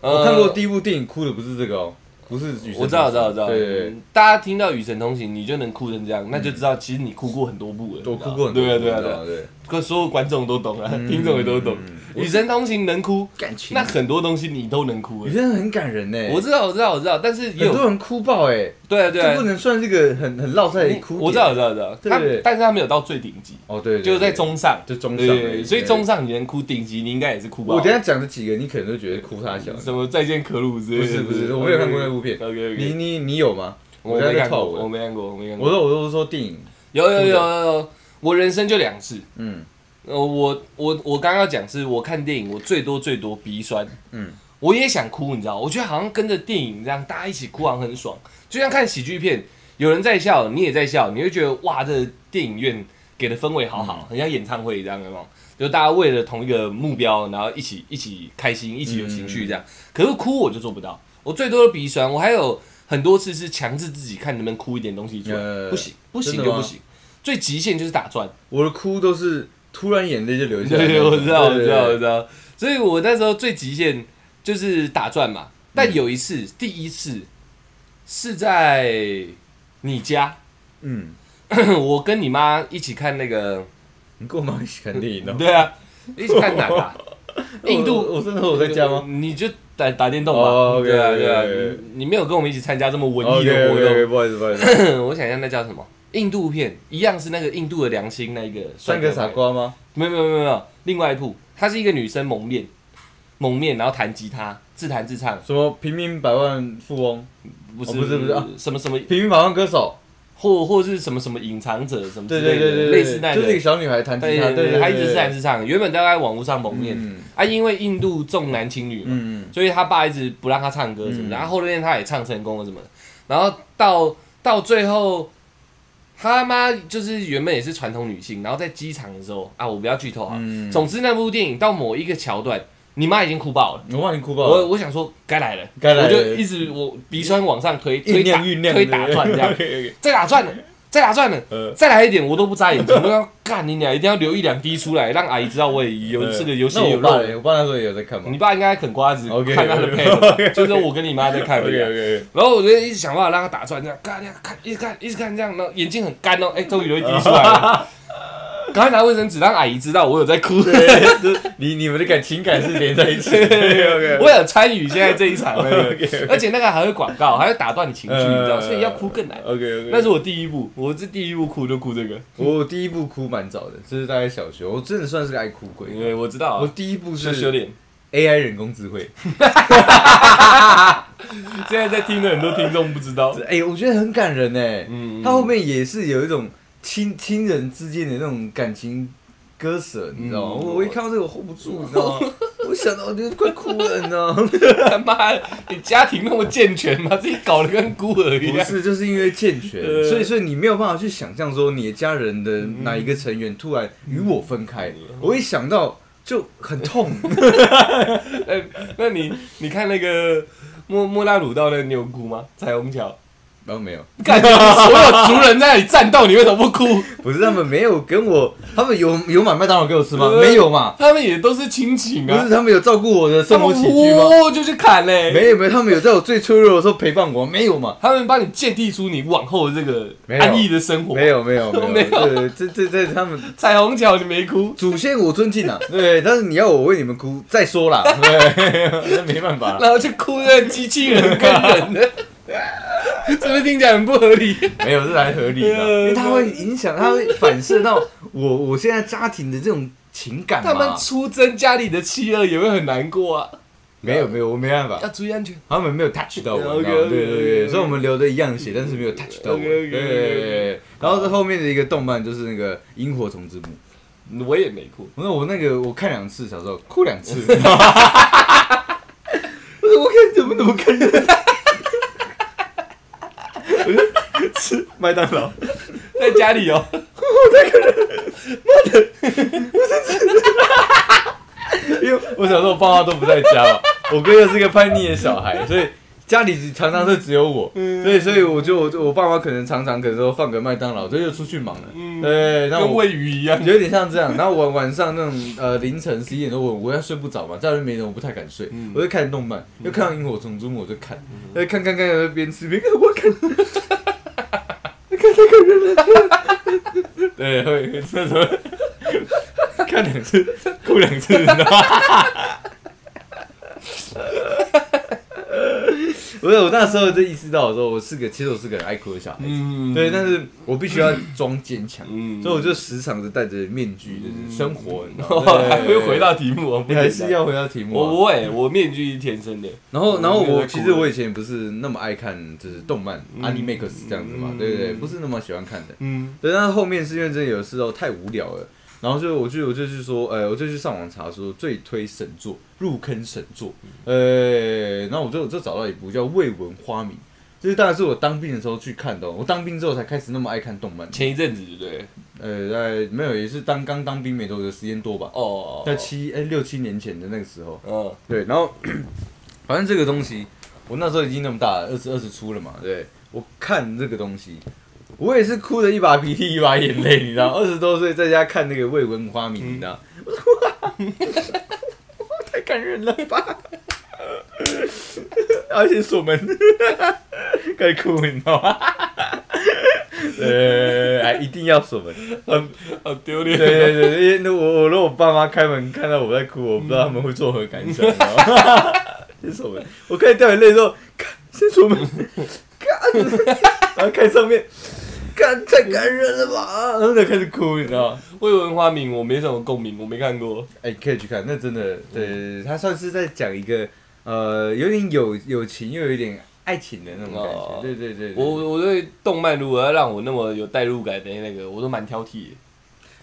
呃
我看过第一部电影哭的不是这个哦，不是雨神。
我知道，我知道，我知道。
对对对
嗯大家听到《与神同行》，你就能哭成这样，那就知道其实你哭过很多部了。
我哭过很
对
多次，
啊，对啊，
你知
对
道
啊
吗。对。
可所有观众都懂啊，听众也都懂。
嗯
与神同行》能哭，
感情
那很多东西你都能哭
雨
了。
神很感人呢，
我知道，我知道，我知道，但是也
很
有
多人哭爆哎，
对啊，对
这不
啊。
能算这个很很落在哭点。
我知道，我知道，我知道。
对
他
对对
但是他没有到最顶级，
哦对，对
就是在
对
中上。
就中上
对
而已，
对对，所以
对
中。上你能哭，顶级你应该也是哭吧？
我等一下讲的几个，你可能都觉得哭他小。
什么再见可鲁之类
不
的
是不是，我没有看过那部片。
OK
你
OK，
你你有吗？
我
刚
没
才在
看
套
过，我
我。
没看过，我没看
我
过。
说我都说电影，
有有有有有，我人生就两次。
嗯
呃，我我我刚刚要讲是我看电影，我最多最多鼻酸，
嗯，
我也想哭，你知道？我觉得好像跟着电影这样，大家一起哭好像很爽，就像看喜剧片，有人在笑，你也在笑，你会觉得哇，这电影院给的氛围好
嗯
好，很像演唱会这样，有没有？就大家为了同一个目标，然后一起一起开心，一起有
嗯
情绪这样。可是哭我就做不到，我最多的鼻酸，我还有很多次是强制自己看能不能哭一点东西出来，
呃
不行，不
真
行
的
就
吗
不行，最极限就是打转。
我的哭都是突然眼泪就流下来。
对，我知道，我
对
知道，
对
我知道。所以我那时候最极限就是打转嘛。
嗯
但有一次，第一次是在你家，
嗯，
我跟你妈一起看那个，
你跟我妈一起看电影哦。
对啊，一起看哪啊？印
我
度
我真的我在家吗？
你就打打电动嘛。
哦，OK，
对啊，
OK，
对啊
OK，
你你没有跟我们一起参加这么文艺
OK
的活
OK
动。
哦 OK，不好意思不好意思。
我想一下，那叫什么？印度片一样是那个印度的良心那一个帅
算
哥
个傻瓜吗？
没有没有没有没有，另外一部，她是一个女生蒙面，蒙面然后弹吉他，自弹自唱，
什么平民百万富翁，
不是、
哦不是不是啊
什么什么，
平民百万歌手？
或或是什么什么隐藏者什么之
对
类的，
对对对，
类似那
就是一个
个。
小女孩弹吉他，对对，
她一直自弹自唱，原本都在网络上蒙面、
嗯
啊，因为印度重男轻女嘛，
嗯
所以他爸一直不让他唱歌什么的，
嗯
然后后面他也唱成功了什么的，然后到到最后，他妈就是原本也是传统女性，然后在机场的时候啊，我不要剧透啊，
嗯
总之那部电影到某一个桥段，你妈已经哭爆了。
嗯，我怕你哭爆
我
了。
我想说该来了，
该来了
我就一直我鼻酸往上推，推
酝
打
酿酝酿，
推打转这 样，
样。
再打转了，再打转了，
呃，
再来一点我都不眨眼睛，我要干你俩，一定要留一两滴出来，让阿姨知道我也有这个有血
呃那
有
我爸
肉。
嘞，我爸那时候也有在看嘛。
你爸应该啃瓜子
OK，
看他的
OK，
配合，就是我跟你妈在看
OK
而已啊。
OK，
然后我就一直想办法让他打转，这样干，这样看，一直看，一直看，这样，然后眼睛很干哦，哎，终于有一滴出来了。赶快拿卫生纸让阿姨知道我有在哭，
你你们的感情感是连在 一起的。OK
我有参与现在这一场那个
OK，OK 呃
而且那个还会广告，还会打断你情绪，你知道，所以要哭更难。
OK OK，
那是我第一部，我这第一部哭就哭这个，
我第一部哭蛮早的，这是大概小学，我真的算是个爱哭鬼。
因为我知道
我
啊，
第一部
羞羞
是
脸。
AI 人工智慧，
现在在听的很多听众不知 道，
哎、我觉得很感人哎。
嗯
他后面也是有一种亲亲人之间的那种感情割舍，你知道吗？
嗯
我我一看到这个我 hold 不住，你 知道吗？我想到我就快哭了，你知道吗？
他妈，你家庭那么健全吗？自己搞得跟孤儿一
不
样。
是，就是因为健全，
呃
所以所以你没有办法去想象说你的家人的
嗯
哪一个成员突然与我分开，我一想到就很痛。
哎，那你你看那个莫莫拉鲁道那个你有哭吗？彩虹桥，
然后没有，
感觉所有族人在那里战斗，你为什么不哭？
不是他们没有跟我，他们有有买麦当劳给我吃吗？
呃
没有嘛，
他们也都是亲情
不
啊
是，他们有照顾我的
他
生
们
活起居吗？
哦就去砍嘞、
没有没有，他们有在我最脆弱的时候陪伴我，没有嘛？
他们帮你建立出你往后的这个
没有
安逸的生活。
没有没有没
没有
有，对，这这这他们
彩虹桥你没哭，
祖先我尊 敬啊，对，但是你要我为你们哭，再说啦，对，那没办法啦，
然后就哭那机器人跟人的，是不是听起来很不合理？
没有这才合 理嘛，因为它会影响，它会反射到我我现在家庭的这种情感嘛。
他们出征家里的妻儿也会很难过啊，
没有没有，我没办法
要，注意安全。
他们没有 touch 到我，
OK，OK，OK，
你
OK，OK，OK
知道吗对对对，所以我们流的一样血，但是 没有 touch 到我。对
OK，OK，OK，OK
对对对，然后这后面的一个动漫就是那个《萤火虫之墓》，
我也没哭，
那我那个我看两次，小时候哭两次。我说我看怎么怎么看的，我就吃麦当劳，
在家里哦，
因为我小时候爸妈都不在家嘛， 我哥又是个叛逆的小孩，所以家里常常是只有我，
嗯
所以所以我就我就我爸妈可能常常可能说放个麦当劳，这就出去忙了，
嗯
对，那
跟
我。
喂鱼一样。
有点像这样，然后晚晚上那种呃凌晨十一点多，我我要睡不着嘛，在外面没人，我不太敢睡，
嗯
我就看动漫，又看到《萤火虫之墓》，我就看，呃、看看看，呃边吃边看， 我看，看那个人， 对，会会那什么，看两次，哭两次，你知道吗？ 不是，我那时候就意识到，我说我是个，其实我是个很爱哭的小孩，
嗯，
对，但是我必须要装坚强，
嗯
所以我就时常的戴着面具就是生活，你知道吗？
还会回到题目哦，
你
不
还
简
是
单
要回到题目、
我
啊。
不会，我面具是天生的。
然后，然后
我没有
我
在哭
其实我以前不是那么爱看，就是动漫、
嗯
anime 是这样子嘛，
嗯
对不对？不是那么喜欢看的。
嗯
对，但是后面是因为真的有时候太无聊了，然后就我就我就去说，呃，我就去上网查说最推神作，入坑神作，呃，然后我就我就找到一部叫《未闻花名》，就是当然是我当兵的时候去看的哦、我当兵之后才开始那么爱看动漫，
前一阵子对不对？
呃，在没有也是当刚当兵没多久，时间多吧，
哦，
在七哎六七年前的那个时候，
嗯
对，然后反正这个东西，我那时候已经那么大了，二十二十出了嘛，对我看这个东西，我也是哭的一把鼻涕一把眼泪，你知道，二十多岁在家看那个《未闻花名》，你知道，嗯我说哇，太感人了吧，而且锁门，该哭，你知道吗？ 呃，还一定要锁门，很
好丢脸。
对对对对，因为我我如果我爸妈开门看到我在哭，我不知道他们会作何感想。哈哈哈 先锁门，我开始掉眼泪之后，看先锁 门，看，然后看上面，看太感人了吧，然后就开始哭，你知道吗？
未闻花名，我没什么共鸣，我没看过。
哎、可以去看，那真的，对，他算是在讲一个呃，有点友友情又有一点爱情的那种感觉。
哦
对对对对
我我对动漫如果要让我那么有代入感的那个，我都蛮挑剔的，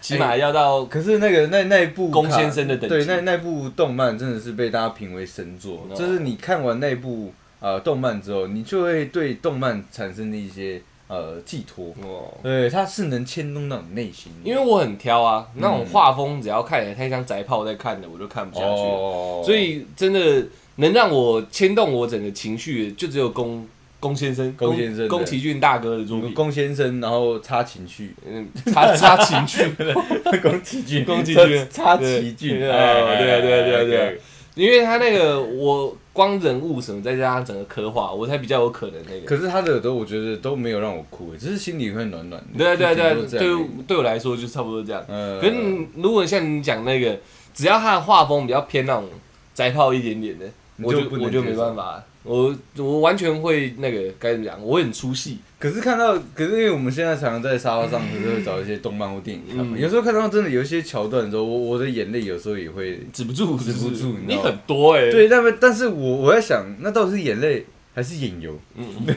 起
哎
码要到
可是那个那那一部
宫
卡
先生的等级
对，那那部动漫真的是被大家评为神作，
哦
就是你看完那部呃动漫之后，你就会对动漫产生的一些呃寄托，
哦，
对，它是能牵动到你内心的，
因为我很挑啊，那种画风只要看起来太像宅炮在看的，我就看不下去。
哦，
所以真的能让我牵动我整个情绪，就只有宫宫先生、
宫先生的
宫崎骏大哥的作品。
宫先生，然后插 情绪，
嗯，插插情 绪，
宫崎骏，
宫崎骏
插插
对
崎骏，
对
哎
哦对啊对啊对啊对啊，
哎哎
因为他那个我光人物什么，再加上整个刻画，我才比较有可能那个。
可是他的耳朵，我觉得都没有让我哭，只是心里会暖暖的。
对啊对啊对啊
就顶多这样而已
对对我来说就差不多这样。
呃
可是你如果像你讲那个，只要他的画风比较偏那种宅炮一点点的，
你
我
就
就
不能
我就没
接受
办法，我我完全会那个该怎么讲，我会很出戏。
可是看到，可是因为我们现在常常在沙发上，可是会找一些动漫或电影看嘛。
嗯
有时候看到真的有一些桥段的时候，我我的眼泪有时候也会。
止不住，
止不住
是是
你知
你
道吗
很多哎、欸，，
对，但但是我我在想，那到底是眼泪还是眼油？
嗯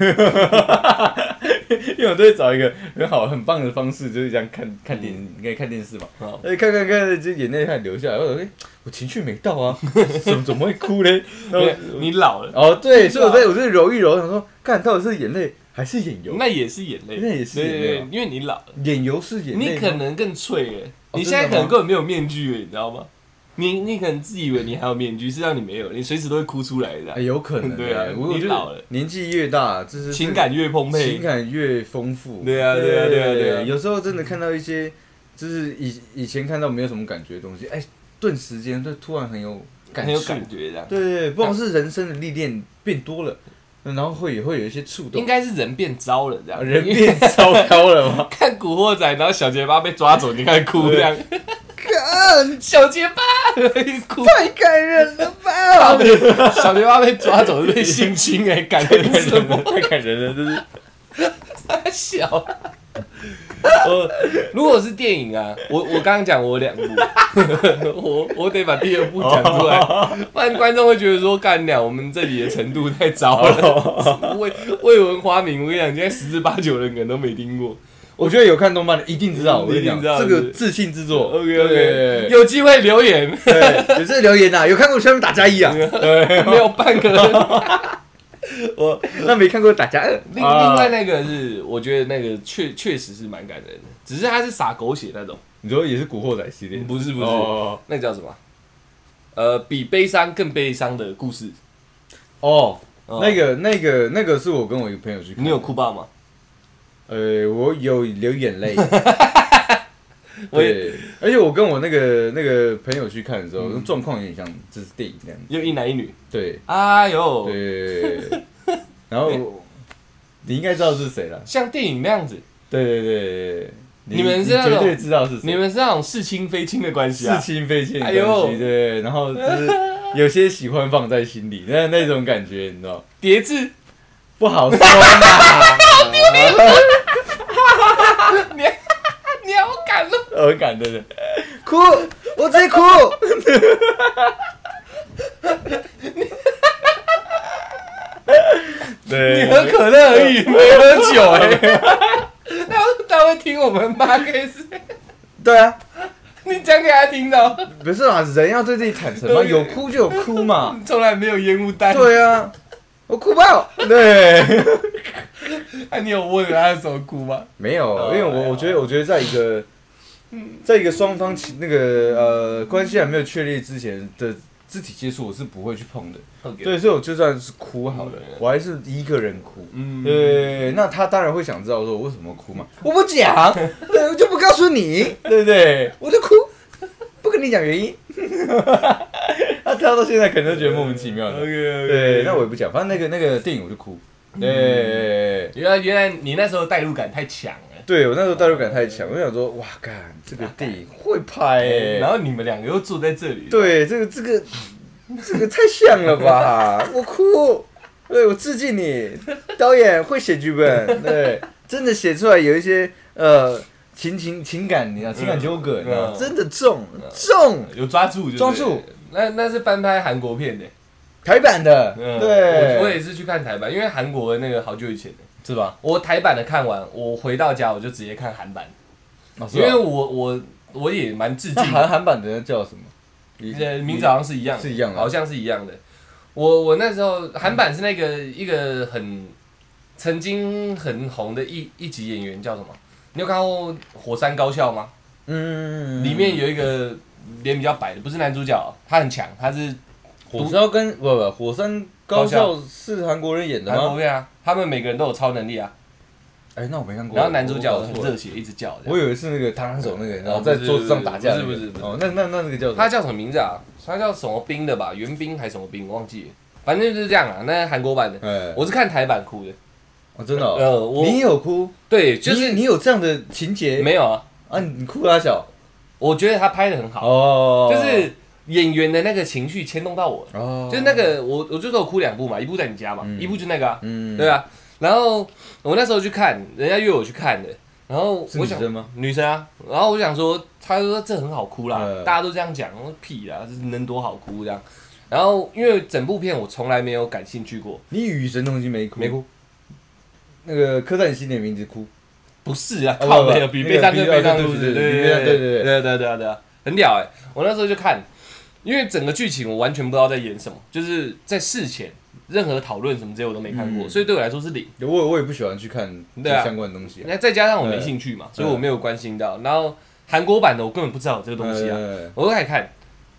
因为我都会找一个很好很棒的方式，就是这样看看电，应该看电视嘛。
嗯好
哎，看看看，就眼泪开始流下来。我想，哎，我情绪没到 啊，怎么怎么会哭嘞？然后
没有你老了，
哦，对，所以我在我在揉一揉，想说，看到底是眼泪还是眼油？
那也是眼泪，
那也是
对
眼
对
泪
对
啊，
因为你老了，
眼油是眼泪
你
吗，
可能更脆哎、
哦
你现在可
真的
能
吗
根本没有面具、欸，你知道吗？你你可能自以为你还有面具，事实际上你没有，你随时都会哭出来的啊、
哎有可能、欸、
对啊
我我
你
觉
老
得
了
年纪越大，这是
情感越澎湃
情，感越丰富。
对啊对啊对啊对啊
有时候真的看到一些，就是以以前看到没有什么感觉的东西，哎、顿时间就突然很有感
很有
触
感觉的啊。
对对对，不管是人生的历练变多了，然后会也会有一些触动。啊
应该是人变糟了这样，？
哦人变糟糕了吗
看《古惑仔》，然后小结巴被抓走，你看哭这样，
干，
小结巴哭，
太感人了吧！
小结巴被抓走是被性侵哎、感觉是什 么？
太感人了，就是
小，
哦
我如果是电影啊，我我刚刚讲我有两部， 我我得把第二部讲出来，不然观众会觉得说干掉我们这里的程度太
哦
糟 了。未未闻花名，我跟你讲，现在十之八九的人可能都没听过。
我觉得有看动漫的一定知道，我跟你
一定
讲，
知道
这
是不
个
是
自信之作。
OK
对
OK，有机会留言，
对，有这留言呐，有看过下面打加一啊，
没有半个人
我那没看过打加二。
另
啊
另外，那个是，我觉得那个确确实是蛮感人的，只是他是撒狗血那种，
你说也是古惑仔系列？
不是不是，
哦
那叫什么？呃，比悲伤更悲伤的故事，
哦，
哦
那个那个那个是我跟我一个朋友去看，
你有？哭爆吗？
呃，我有流眼泪。
我也
对，而且我跟我那个那个朋友去看的时候，
嗯
状况有点像就是电影这样子。
又一男一女，
对
哎呦，
对，然后你应该知道是谁了。
像电影那样子，
对对对对，
你们是那
绝
种
对知道是谁。
你们是那种是亲非亲的关系
是
啊？
亲非亲的
哎
关
呦
系，对，然后就是有些喜欢放在心里，那那种感觉，你知道，
叠字，
不好说嘛，
你 你好感动，
耳感对不对？哭，我直接哭，
你
对，
喝可乐而已，没喝酒哎、 他他会听我们八 K 是，
对啊，
你讲给他听的哦，
不是啊，人要 对自己坦诚嘛，
对
有哭就有哭嘛，
从来没有烟雾弹。
对啊，我哭爆，对，
那、你有问他的时候哭吗？
没有，
哦
因为
哎呀
我我觉得我觉得在一个，在一个双方起那个呃关系还没有确立之前的肢体接触，我是不会去碰的。对，所以我就算是哭好了
嗯，
我还是一个人哭。
嗯
对，那他当然会想知道说我为什么哭嘛， 我不讲，对，我就不告诉你，对不对？我就哭，不跟你讲原因。 他跳到现在可能都觉得莫名其妙 的。
，OK，
对，那我也不讲，反正那个那个电影我就哭。对，
原来原来你那时候代入感太强了，
对我那时候代入感太强，我想说，哇，干这个电影会拍欸
哎然后你们两个又坐在这里，，
对，这个这个这个太像了吧！ 我哭，对我致敬你，导演会写剧本，对，真的写出来有一些呃情情情感，你知道情感纠葛，你知道
嗯
真的重重
有抓住就对了
抓住，
那那是翻拍韩国片的，
台版的，
嗯
对，
我我也是去看台版，因为韩国的那个好久以前的，
是吧？
我台版的看完，我回到家我就直接看韩版，
哦是
因为
吧？
我我我也蛮致
那
敬
韩韩版的叫什么？
呃，名字好像是一样，
是一样的
好像是一样的。我我那时候韩版是那个一个很曾经很红的一一级演员叫什么？你有看过《火山高校》吗？
嗯，
里面有一个脸比较白的，不是男主角，他很强，他是
火烧跟不不火山高
高校
校是韩国人演的
韩国
吗？
片啊，他们每个人都有超能力啊。
哎，那我没看过。
然后男主角
我
很
我
热血，一直叫这
我
样。
以为是那个螳螂手那个，然后
哦
在
不是
桌子上打架那个，
不是不是不是
哦，那那那那个叫什
他
么？
叫什么名字啊？他叫什么兵的吧？袁兵还是什么兵？忘记了。反正就是这样啊。那韩国版的，
哎，
我是看台版哭的。
我真的哦，
呃我
你也有哭，
对，就是
你你有这样的情节
没有啊。
啊？你哭啊小
我觉得他拍的很好。
哦，
就是演员的那个情绪牵动到我了，
哦，
就是那个我我就说我哭两部嘛，一部在你家嘛，
嗯
一部就那个啊，
嗯，
对，啊。然后我那时候去看，人家约我去看的，然后
是
我
女
想
生吗？
女生啊，然后我想说，她说这很好哭啦，
嗯
大家都这样讲，我说屁啦，这能多好哭这样。然后因为整部片我从来没有感兴趣过，
你与神同行没哭？
没哭，
那个刻在你心里的名字哭，
不是啊，
哦
靠
不不
背有比
那
悲
个
伤
比
更
较
悲伤，
对
不
对对
对
比悲
对
伤对对对
对对对对啊，很屌哎！我那时候就看，因为整个剧情我完全不知道在演什么，就是在事前任何讨论什么这些我都没看过，
嗯
所以对我来说是零。
我我也不喜欢去看这
对啊
相关的东西啊，
那再加上我没兴趣嘛，所以我没有关心到。然后韩国版的我根本不知道有这个东西啊，
呃
我都开始看，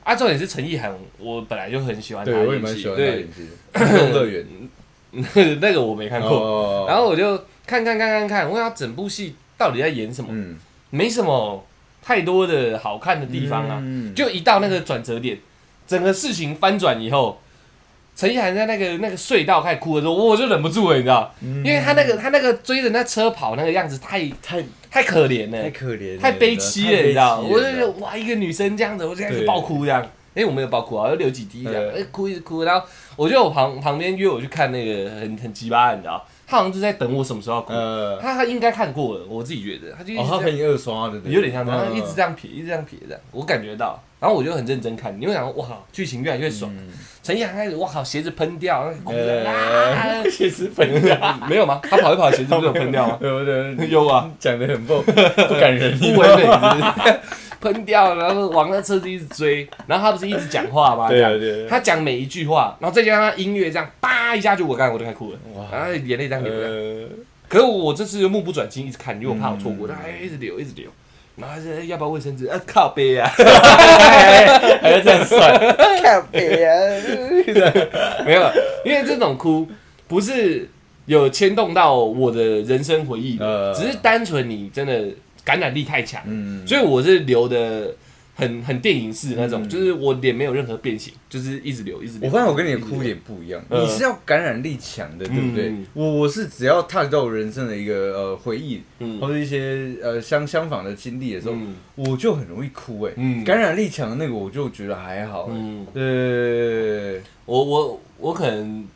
啊，重点是陈意涵，我本来就很喜欢他
对，我也
演
蛮
戏
喜，欢他
对
演，技的。动乐园，
那个我没看过。
哦
然后我就看看看看看，我想整部戏到底在演什么，
嗯，
没什么太多的好看的地方啊。
嗯
就一到那个转折点，整个事情翻转以后，陈意涵在那个那个隧道开始哭的时候，我就忍不住了，你知道，因为他那个他那个追着那车跑那个样子太
太
太可怜了
太，可怜了，
太悲凄了，你知道，我就觉得
就
哇，一个女生这样子，我就开始
对
爆哭这样。哎，我没有爆哭啊，我就流几滴这样，
对
哎哭一直哭。然后我就我旁旁边约我去看那个很很鸡巴，你知道，他好像就在等我什么时候要哭。
呃，
他他应该看过了，我自己觉嗯得，他就一直
哦，他
这样
陪你二刷的，对不对
有点像这样，
嗯
一直这样撇，一直这样撇这样，我感觉到。然后我就很认真看，你会想，哇靠，剧情越来越爽。
嗯
陈意涵开始，哇靠，鞋子喷掉，那个哭的啊
呃，其实喷掉，
没有吗？他跑一跑，鞋子不是有喷 掉吗？
对不对？
有啊，
讲的 很不不感人，
不唯美是不
啊
是， 喷掉，然后往那车子一直追，然后他不是一直讲话吗？
对啊
这样
对啊
他讲每一句话，然后再加上他音乐这样，叭一下就我刚才我就开始哭了，
哇
然后眼泪这样流了。
呃，
可是我这次就目不转睛一直看，因为我怕我错过，
嗯
他还一直流一直流，然后他说哎要不要卫生纸？啊靠背啊！
还要这样算，
看别人。
没有，因为这种哭不是有牵动到我的人生回忆，
呃
只是单纯你真的感染力太强，
嗯，
所以我是流的很很电影式那种，
嗯
就是我脸没有任何变形，就是一直流一直流。
我发现我跟你的哭点不一样，
嗯
你是要感染力强的，对不对
嗯？
我我是只要踏到我人生的一个呃回忆，
嗯
或者一些呃相相仿的经历的时候
嗯，
我就很容易哭哎
嗯，
感染力强的那个我就觉得还好哎，
嗯，
对，
我我我可能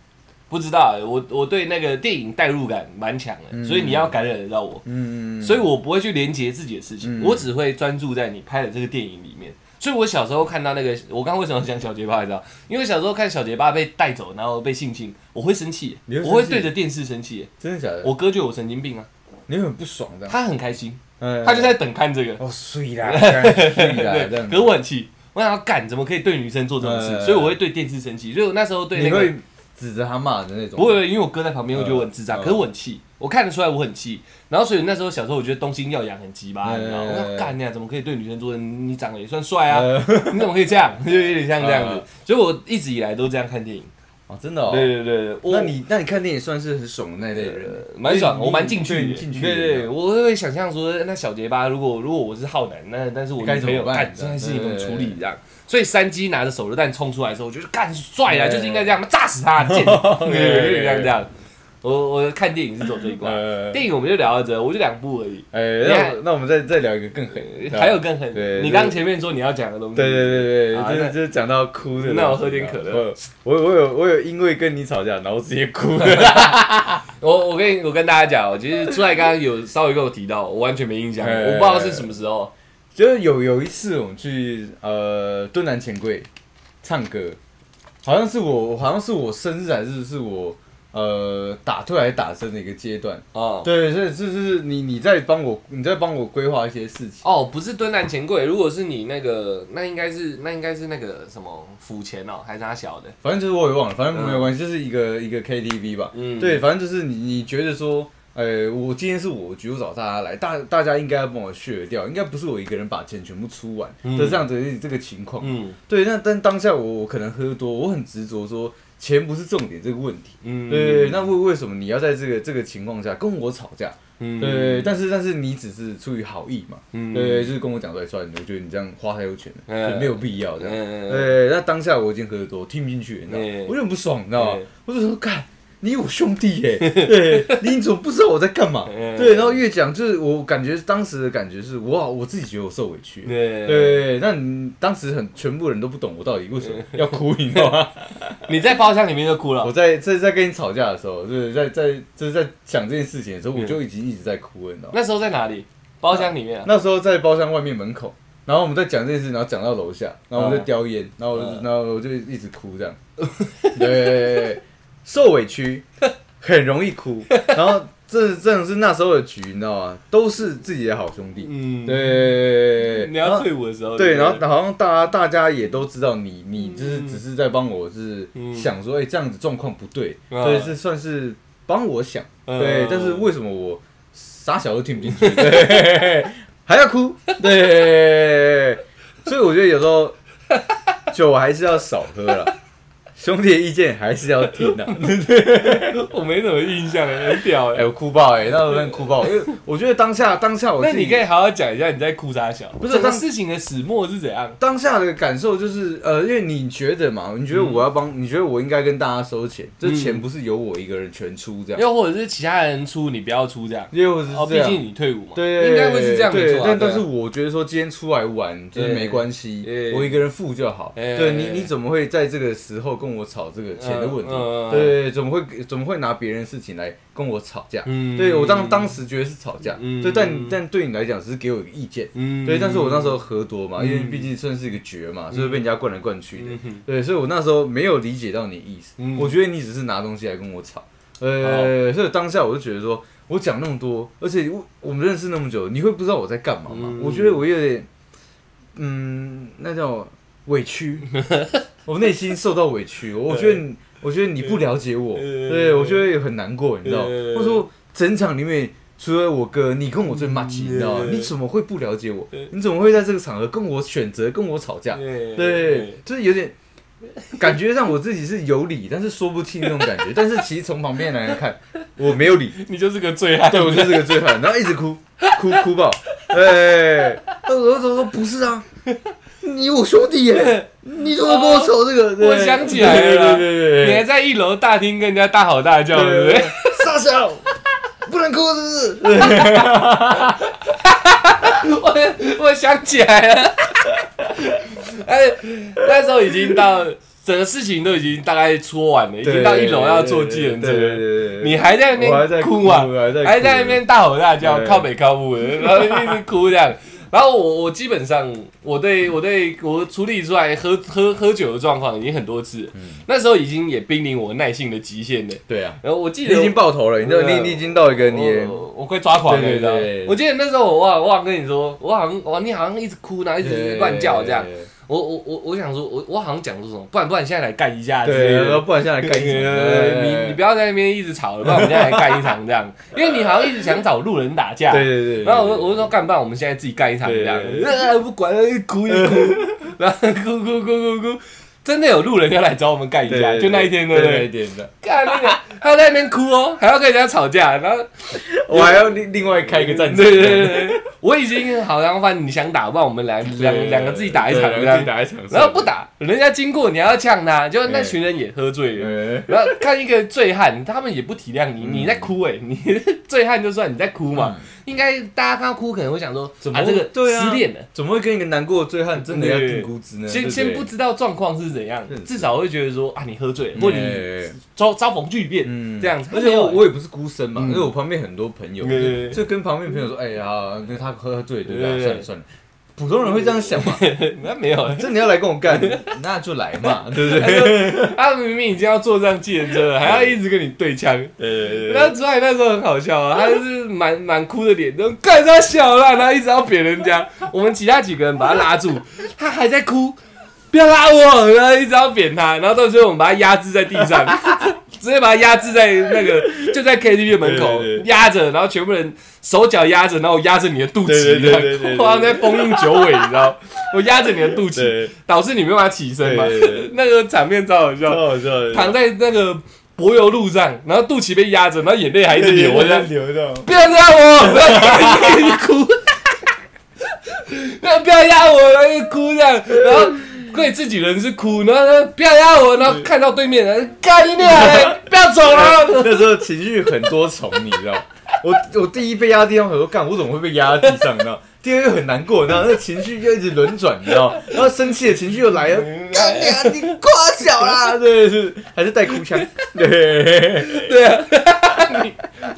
不知道欸，我我对那个电影代入感蛮强的，
嗯
所以你要感染得到我，
嗯，
所以我不会去连接自己的事情，
嗯
我只会专注在你拍的这个电影里面。所以我小时候看到那个，我刚刚为什么讲小结巴，你知道？因为小时候看小结巴被带走，然后被性侵，我会生气
你会，生气
我会对着电视生气。
真的假的？
我哥觉得我神经病啊，
你很不爽的，
他很开心，
嗯
他就在等看这个。
哦睡啦，睡啦，哎这
对，
样
可是我很气，我想要干，怎么可以对女生做这种事？
呃
所以我会对电视生气。所以我那时候对那
你
个
会指着他骂的那种，
不会，因为我哥在旁边，我觉得我很智障，
呃
可是我很气，我看得出来我很气。然后所以那时候小时候，我觉得东京耀阳很鸡巴，
呃
你知道吗？我说干你啊，怎么可以对女生做？你长得也算帅啊，
嗯
你怎么可以这样？就有点像这样子
呃。
所以我一直以来都这样看电影。
哦，真的哦，
对对对，对
那
我
你那你看电影算是很爽的那类人，
呃蛮爽，
对
我蛮进
你
去
对
的，
进去的
对对，我会想象说，那小结巴，如果如果我是浩南，那但是我
该
女
怎
朋友
么办
干
这
这
样
件事情怎么
对
处
对
理
对
这样？所以山鸡拿着手榴弹冲出来的时候，我觉得干帅啊，
对
就是应该这样，炸死他，贱，对对对，
对
这样这样。 我我看电影是走这一关，
呃，
电影我们就聊到这，我就两部而已，
哎、
你
那
看
我那我们再再聊一个更狠的，
还有更狠
对对。
你刚前面说你要讲的东西，
对对对对，
好
就是
那
就是讲到哭的，
那我喝点可乐。
我有我有我有因为跟你吵架，然后直接哭了。
我我跟你我跟大家讲哦，其实出来刚刚有稍微跟我提到，我完全没印 象，
哎
我不知道是什么时候。
就是有有一次我们去呃敦南钱柜唱歌，好像是我好像是我生日还是是我呃打退还是打针的一个阶段。
哦，
对，所以就是你你在帮我你在帮我规划一些事情。
哦，不是蹲南钱柜，如果是你那个，那应该是那应该是那个什么府钱哦，还是他小的？
反正就是我也忘了，反正
嗯
没有关系，就是一个一个 KTV 吧。
嗯
对，反正就是你你觉得说，呃，我今天是我局，我找大家来，大大家应该要帮我削掉，应该不是我一个人把钱全部出完
嗯
的这样子这个情况。
嗯
对，那但当下我我可能喝多，我很执着说钱不是重点这个问题。
嗯
对，那为为什么你要在这个这个情况下跟我吵架？
嗯
对，但是但是你只是出于好意嘛，
嗯
对，就是跟我讲出来，哎算了，我觉得你这样花太多钱了，
嗯
就没有必要这样。
嗯
对，那当下我已经喝得多，听不进去，你知道吗
嗯？
我就很不爽，你知道吗
嗯？
我就说，干，你我兄弟 耶，对，你怎么不知道我在干嘛？
嗯
对，然后越讲，就是我感觉当时的感觉是，哇，我自己觉得我受委屈。
对
对，那你当时很全部人都不懂我到底为什么要哭，你知道吗？
你在包厢里面就哭了
我，在在在跟你吵架的时候，就是在在就是在想这件事情的时候，我就已经一直在哭了，你知道吗？
那时候在哪里？包厢里面啊。
那时候在包厢外面门口，然后我们在讲这件事，然后讲到楼下，然后我们在叼烟，然后我就、
嗯
然后我就一直哭这样，对，受委屈，很容易哭，然后这真的是那时候的局，你知道吗？都是自己的好兄弟，
嗯，。
对，
你
然
要
后
退伍的时候，
对，
不
然后好像大家大家也都知道你，你就是
嗯
只是在帮我，是
嗯
想说，哎、这样子状况不对，
啊
所以是算是帮我想，
嗯
对，但是为什么我傻小都听不进去， 对还要哭，对，所以我觉得有时候酒还是要少喝啦，兄弟的意见还是要听 的。
我没什么印象，很屌
哎、
哎。
我哭爆哎、那时候真的哭爆，因为我觉得当下当下我
那
自己
你可以好好讲一下你在哭啥小，不
是
整个
当
事情的始末是怎样？
当下的感受就是，呃，因为你觉得嘛，你觉
嗯
得我要帮，你觉得我应该跟大家收钱，这钱不是由我一个人全出这样，
又或者是其他人出，你不要出这样。
因为我是
哦，
这
毕
样，
竟你退伍嘛，
对，
应该会是这样没
对
错啊。
但
对
但
啊
是我觉得说今天出来玩就是
对
没关系
对，哎
我一个人付就好。
对
对你你怎么会在这个时候跟我吵这个钱的问题
嗯嗯嗯？
对，怎么会怎么会拿别人事情来跟我吵架？
嗯
对我当当时觉得是吵架，
嗯
对，但但对你来讲只是给我一个意见。
嗯
对，但是我那时候喝多嘛，
嗯
因为毕竟算是一个绝嘛，所以被人家灌来灌去的
嗯哼。
对，所以我那时候没有理解到你的意思
嗯，
我觉得你只是拿东西来跟我吵。呃，所以当下我就觉得说，我讲那么多，而且我我们认识那么久，你会不知道我在干嘛吗？
嗯
我觉得我有点，嗯，那叫 委屈，我内心受到委屈。我觉得你，我觉得你不了解我，
嗯
对我就会很难过，你知道？
嗯
或者说整场里面。除了我哥，你跟我最骂街，
嗯
你知道吗？
嗯
你怎么会不了解我
嗯？
你怎么会在这个场合跟我选择跟我吵架？
对
对，就是有点感觉上我自己是有理，但是说不清那种感觉。但是其实从旁边的人看，我没有理，
你就是个醉汉。
对我就是个醉汉，然后一直哭，哭哭爆。哎，那我怎么说不是啊？你我兄弟耶，你怎么跟我吵这个？对
我想起来了啦，
对对对
你
对
还在一楼大厅跟人家大吼大叫，对不
对
对？，
傻小，不能哭是不是？
我我想起来了， 哎，那时候已经到整个事情都已经大概搓完了，已
对
经到一楼要坐计程车
对对
了，
对对对
你还在那
我还在
边哭啊，
我还在哭
还在那边大吼大叫，
对
靠北靠步的， 然后一直哭这样。然后我我基本上我对我对我处理出来喝喝喝酒的状况已经很多次了，
嗯
那时候已经也濒临我耐性的极限了。
对啊，
然后我记
你
得
已经爆头了，你知道
对啊
你你已经到一个你也
我我快抓狂了，
对对
你知道吗
对？
我记得那时候我忘我好像跟你说，我好像哇，你好像一直哭，然后一直乱叫这样。我我我我想说，我我好像讲出什么，不然不然现在来干一下之类
对，然后
的。
不然现在干什么？
你你不要在那边一直吵了，不然我们现在来干一场这样，因为你好像一直想找路人打架。
对对对，
然后我我就说干不然我们现在自己干一场这样
对对，
呃不管了，一哭一 哭，然后哭哭哭哭哭，真的有路人要来找我们干一架，就那一天对
对
不
那一
对？
天的，
干那个，他在那边哭哦，还要跟人家吵架，然后
我还要另另外开一个战场，
对对对对，我已经好像反正你想打，不然我们两两两个自己打一场这
对两个自
样，
己打一场，
然后不打，人家经过你还要呛他，就那群人也喝醉了。
对，
然后看一个醉汉，他们也不体谅你，
嗯
你在哭哎、你 醉汉就算你在哭嘛，应该大家看到哭可能会想说，
怎么
啊这个
对啊
失恋了，
怎么会跟一个难过的醉汉真的要定估值呢？
先
对
先不，知道状况是怎样
是，
至少会觉得说啊你喝醉了，
对
或你遭遭逢巨变、
嗯
这样子，
而且我
没有欸
我也不是孤身嘛，
嗯
因为我旁边很多朋友
对对对，
就跟旁边朋友说，哎呀，跟他喝醉，对不
对对
对？
对
算了算了，普通人会这样想嘛？
那没 有欸，
真的要来跟我干，那就来嘛，对不对？
他啊明明已经要坐上计程车了，还要一直跟你对枪。
呃
那朱海那时候很好笑啊，他就是满满哭的脸，都干他笑啦，然后一直要扁人家。我们其他几个人把他拉住，他还在哭，不要拉我，然后一直要扁他，然后到最后我们把他压制在地上， 直接把他压制在那个就在 KTV 的门口
对对对
压着，然后全部人手脚压着，然后我压着你的肚
对
脐，
对对对对对
我好像在封印九尾，你知道，我压着你的肚 脐，
对，
导致你没办法起身嘛
对对对，
那个场面超好笑。
好笑 的
躺在那个柏油路上，然后肚脐被压着，然后眼泪还一直 流，这样
流到。
不要压我，不要压我，一直哭， 那不要压我，然后一直哭这样，然后对自己人是哭，然后他说不要压我，然后看到对面人干你娘嘞，不要走了，
那时候情绪很多重，你知道吗？ 我我第一被压在地上，我说干，我怎么会被压在地上？你知道吗？ 第二又很难过，然后那情绪又一直轮转，你知道吗？然后生气的情绪又来了，
哎
干你啊，你夸小啦，对，是还是带哭腔， 对
对啊，你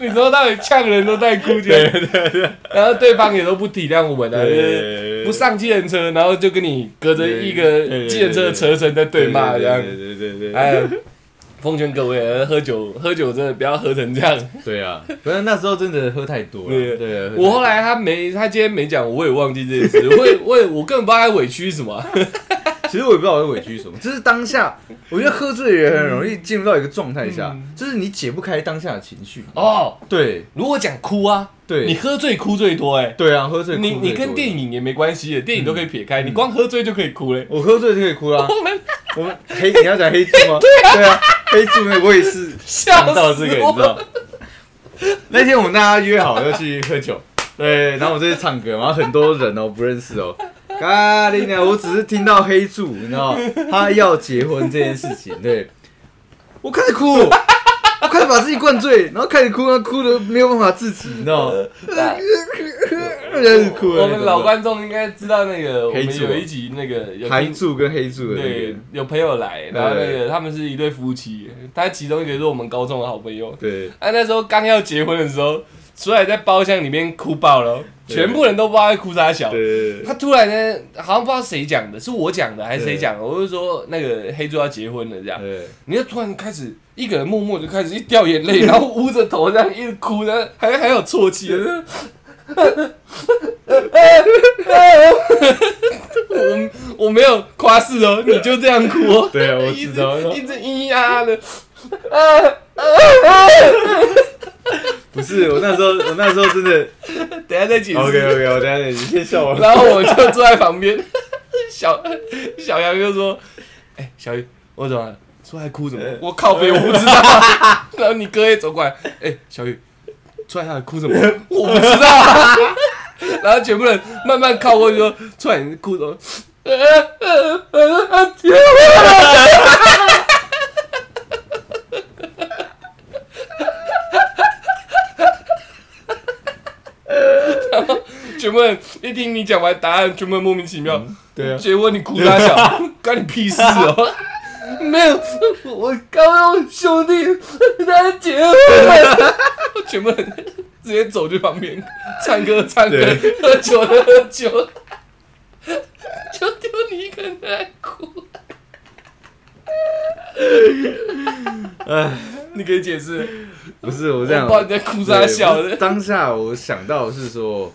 你说到底呛人都在哭，这样
对对对
然后对方也都不体谅我们啊。就是
对，
不上计程车，然后就跟你隔着一
对对
个
对
计程车的车身在对骂这样，
对对对对 对，
哎呀，奉劝各位，呃喝酒喝酒真的不要喝成这样。
对啊，不是那时候真的喝太多了，对，喝太多
我后 来他没，他今天没讲，我也忘记这件事。我也我也我根本不知道他委屈什么啊、
其实我也不知道我在委屈什么，就是当下，我觉得喝醉的人很容易进入到一个状态下，就是你解不开当下的情绪。
哦，
嗯对
如果讲哭啊，
对
你喝醉哭最多哎、嗯
对啊，喝醉哭
你
最
你
多
跟
了
电影也没关系的，电影都可以撇开，你光喝醉就可以哭嘞、
我喝醉就可以哭啦。
我们
我们黑你要讲黑猪吗？对啊，黑猪那个我也是
笑
想到这个，
死
你
我
知道？那天我们大家约好要去喝酒，对，然后我这去唱歌，然后很多人哦不认识哦。咖喱呢？我只是听到黑柱，你知道他要结婚这件事情，对我开始哭，我开始把自己灌醉，然后开始哭，然后哭的没有办法自己，你知道吗？开始哭了。
呃我们老观众应该知道那个，我
黑
们
柱
有一集那个有
台
听
柱跟黑柱的那
对
个，，
有朋友来，然后那个他们是一对夫妻，他其中一个是我们高中的好朋友。
对，
啊，那时候刚要结婚的时候，出来在包厢里面哭爆了，
对
全部人都不知道在哭啥小。
对，
他突然呢，好像不知道谁讲的，是我讲的还是谁讲的？我就说那个黑猪要结婚了这样，
对。
你就突然开始一个人默默就开始一掉眼 泪，然后捂着头这样一直哭，然后还还有啜泣，就是 我我没有夸饰哦，你就这样哭哦，
对，我
一
知
直
道。然后
一直咿咿呀呀的，
不是，我那时候，我那时候真 的。
等一下再解
OK
释。
OK，我等一下你先笑我。
然后我就坐在旁边， 小小杨就说：“哎、小鱼，我怎么了出来哭什么？我靠北，我不知道。”然后你哥也走过来，哎、小雨，出来他哭什么？ 我不知道。然后全部人慢慢靠过去说：“出来你哭什么？” 呃呃呃呃，结婚了！全部人一听你讲完答案，全部人莫名其妙。
对啊，
结婚你哭他小， 关你屁事哦！没有，我高中兄弟他结婚了， 全部人直接走去旁边唱歌唱歌
对，
喝酒的喝酒，就丢你一个人在哭。
哎，
你可以解释，
不是我
我
这样
不知，道你在哭啥笑
对
的。
当下我想到的是说，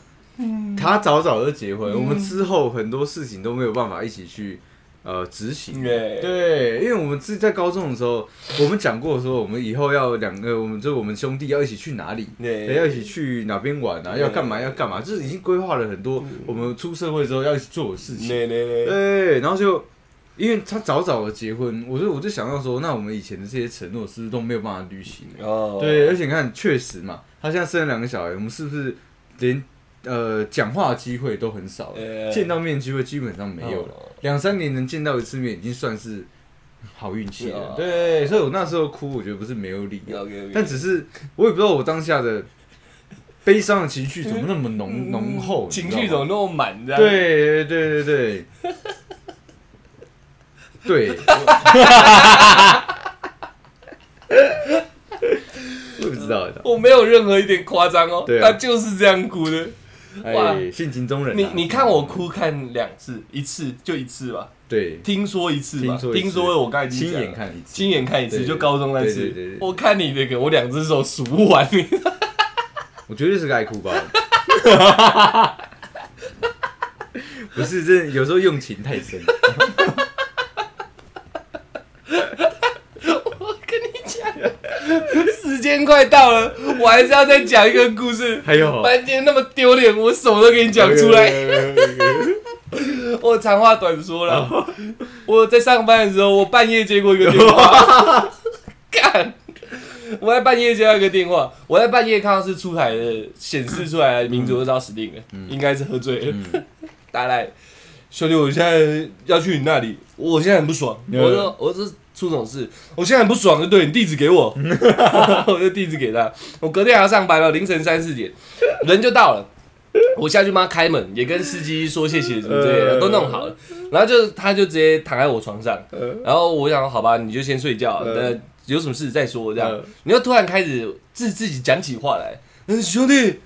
他早早就结
嗯
婚，我们之后很多事情都没有办法一起去呃执行。
对，
对，因为我们自己在高中的时候，我们讲过说，我们以后要两个，我们就我们兄弟要一起去哪里，
对
要一起去哪边玩啊，
对嗯
要干嘛要干嘛，就是已经规划了很多我们出社会之后要一起做的事情。
对对对，
对，然后就因为他早早的结婚，我就我就想到说，那我们以前的这些承诺是不是都没有办法履行呢？
哦，
对，而且你看，确实嘛，他现在生了两个小孩，我们是不是连呃讲话的机会都很少了，
呃
见到面的机会基本上没有了，
哦
两三年能见到一次面已经算是好运气
是
了
啊。
对，所以我那时候哭，我觉得不是没有理由，
，OK，OK
但只是我也不知道我当下的悲伤的情绪怎么那么浓浓厚，你
嗯
知
情
道
绪
吗
怎么那么满？这样，
对对对对对，对，我也不知道的，
我没有任何一点夸张哦，
对啊
他就是这样哭的。哇
哎，性情中人啊、
你你看我哭看两次，一次就一次吧，
对，
听说一次吧，
听说一次
听说我刚才已经
亲
讲了
眼，看一次，
亲眼看一次，
对
就高中那
对对对
次
对，
我看你那个，我两只手数不 完，你
我绝对是个爱哭包。 不是，真的有时候用情太深。
我跟你讲，时间快到了，我还是要再讲一个故事。
还有
反，正今天那么丢脸，我什么都给你哎讲出来。 我长话短说了，我在上班的时候，我半夜接过一个电话，干，我在半夜接到一个电话，我在半夜看到是出海的显示出来的名字，我就知道死定了，应该是喝醉了。打来，兄弟，我现在要去你那里，我现在很不爽。
嗯
我说，我是出什么事？ 我现在很不爽，就对你地址给我， 我就地址给他。我隔天还要上班了，凌晨三四点，人就到了。我下去帮他开门，也跟司机说谢谢什么之类的，
呃
都弄好了。然后就他就直接躺在我床上，
呃
然后我想好吧，你就先睡觉，
呃
呃，有什么事再说这样
呃。
你就突然开始自自己讲起话来，嗯，兄弟，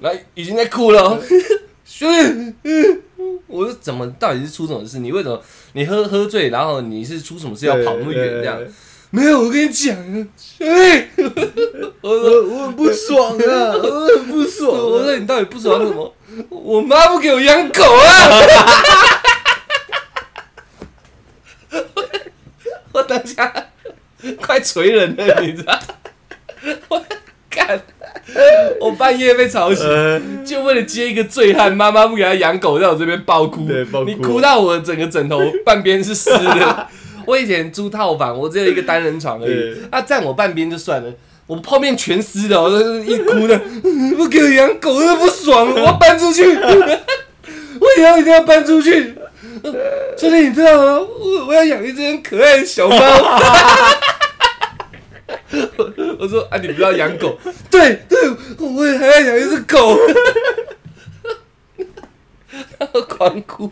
来已经在哭了哦， 兄弟，嗯，我说怎么到底是出什么事？你为什么你喝喝醉，然后你是出什么事要跑那么远这样？没有，我跟你讲，啊兄弟，我说
我我很不 爽啊，我很不爽啊。
我说你到底不爽什 么？我妈不给我养狗啊！
锤人的，你 知道？
干！我半夜被吵醒，就为了接一个醉汉，妈妈不给他养狗，在我这边爆哭，
对爆哭
你哭到我整个枕头半边是湿 的。 我以前住套房，我只有一个单人床而已
对，
他、占我半边就算了。我泡面全湿的，我就是一哭的，不给我养狗，真的不爽，我要搬出去， 我以后一定要搬出去。兄弟，你知道吗？我我要养一只很可爱的小猫。 我说啊，你不要养狗？对对，我也还要养一只狗。 狂哭。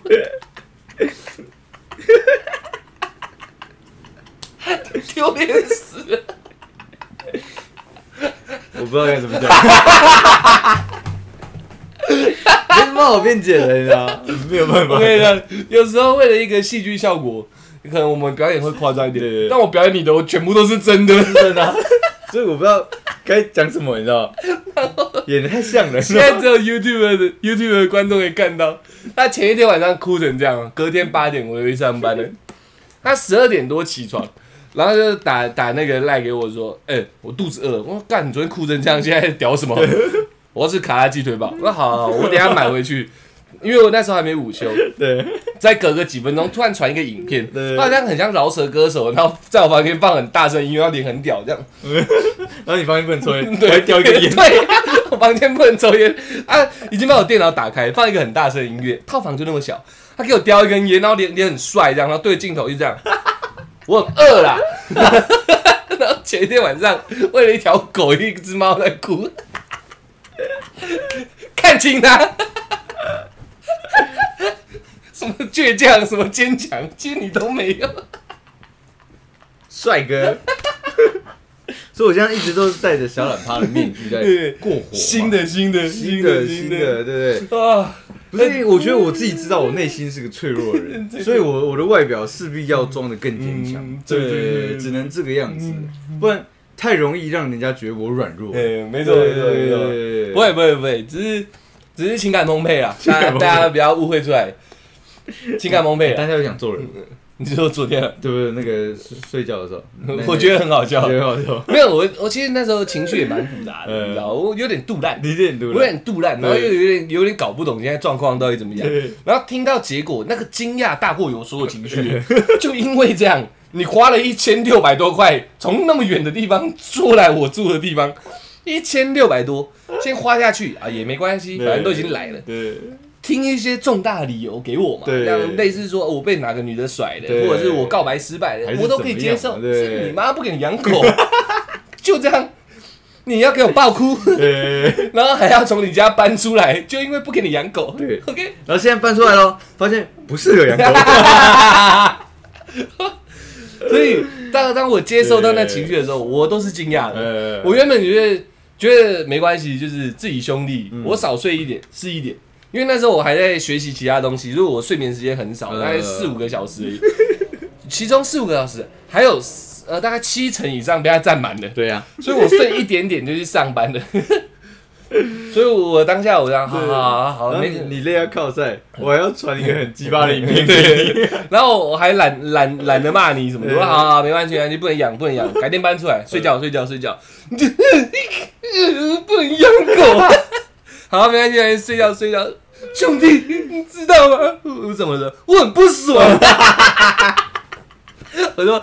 丢脸死了！
我不知道该怎么讲。边骂我边剪人啊，没有办 法。
我跟你讲，有时候为了一个戏剧效果，可能我们表演会夸张一点，
对对对
但我表演你的，我全部都是真的。
真的啊，所以我不知道该讲什么，你知道？演的太像人
现在
了。
只有 YouTube 的 YouTube 的观众可以看到，他前一天晚上哭成这样，啊隔天八点我就去上班了。他十二点多起床，然后就打打那个赖给我说：“哎、我肚子饿了。”我说：“干，你昨天哭成这样，现在屌什么？我要吃卡拉鸡腿堡。”我说：“好好好，我等一下买回去。”因为我那时候还没午休，
对，
再隔个几分钟，突然传一个影片，
对
他好像很像饶舌歌手，然后在我房间放很大声音乐，然后脸很屌这样。
然后你发现不能抽 烟，我还
对，
叼一根烟。
对， 我房间不能抽烟啊，已经把我电脑打开，放一个很大声的音乐，套房就那么小，他给我叼一根烟，然后脸脸很帅这样，然后对镜头就这样， 我很饿啦。 然后前一天晚上为了一条狗、一只猫在哭， 看清他。 什么倔强，什么坚强，其实你都没有。
帅哥。所以我现在一直都是戴着小懒趴的面具在
对
过活嘛。啊
新的，新的，
新的，新的，对不对？
啊！
不是，因为我觉得我自己知道我内心是个脆弱的人，所以我我的外表势必要装得更坚强
嗯。对
对
对对
对
对
对，只能这个样子，不然太容易让人家觉得我软弱。
对，哎没
没
错，没错，没错。
错
不会不会不会，只是只是情感丰沛啊，大家
感丰沛
大家不要误会出来，情感丰沛 啊。
大家都想做人，
你说昨天啊，，
对不对？那个睡睡觉的时候
我觉得很好笑
那。那觉得好笑，
没有我我其实那时候情绪也蛮复杂的，
嗯
你知道，我有点肚烂，
你点对
我
不
有
对？
点肚烂，然后又
对
有点有点搞不懂现在状况到底怎么样
对，
然后听到结果那个惊讶大过于我所有情绪， 就因为这样，你花了一千六百多块从那么远的地方坐来我住的地方，一千六百多先花下去啊也没关系，反正都已经来了。
对
听一些重大理由给我嘛，
对
像类似说哦我被哪个女的甩了，
对
或者是我告白失败
还
了，
是
我都可以接受。
怎么样对
是你妈不给你养狗， 就这样，你要给我爆哭，
对。
然后还要从你家搬出来，就因为不给你养狗。
对
，OK，
然后现在搬出来咯，发现不适合养狗。
所以当当我接受到那情绪的时候，我都是惊讶的。
呃，
我原本觉得觉得没关系，就是自己兄弟，我少睡一点是一点。因为那时候我还在学习其他东西，所以我睡眠时间很少，
呃
大概四五个小时而已。其中四五个小时，还有呃大概七成以上被他占满了，
对呀，
所以我睡一点点就去上班了。所以我当下我想，好好好好，
然后
没
你你累要靠晒，我还要传一个很鸡巴的影片给你
对。然后我还懒懒懒得骂你什么的，我说
对
好好好没关系，没关系，不能养，不能养，改天搬出来，睡觉，睡觉，睡觉，你就 不能养狗，好，没关系，没关系，睡觉，睡觉，兄弟，你知道吗？我怎么了？我很不爽。 我说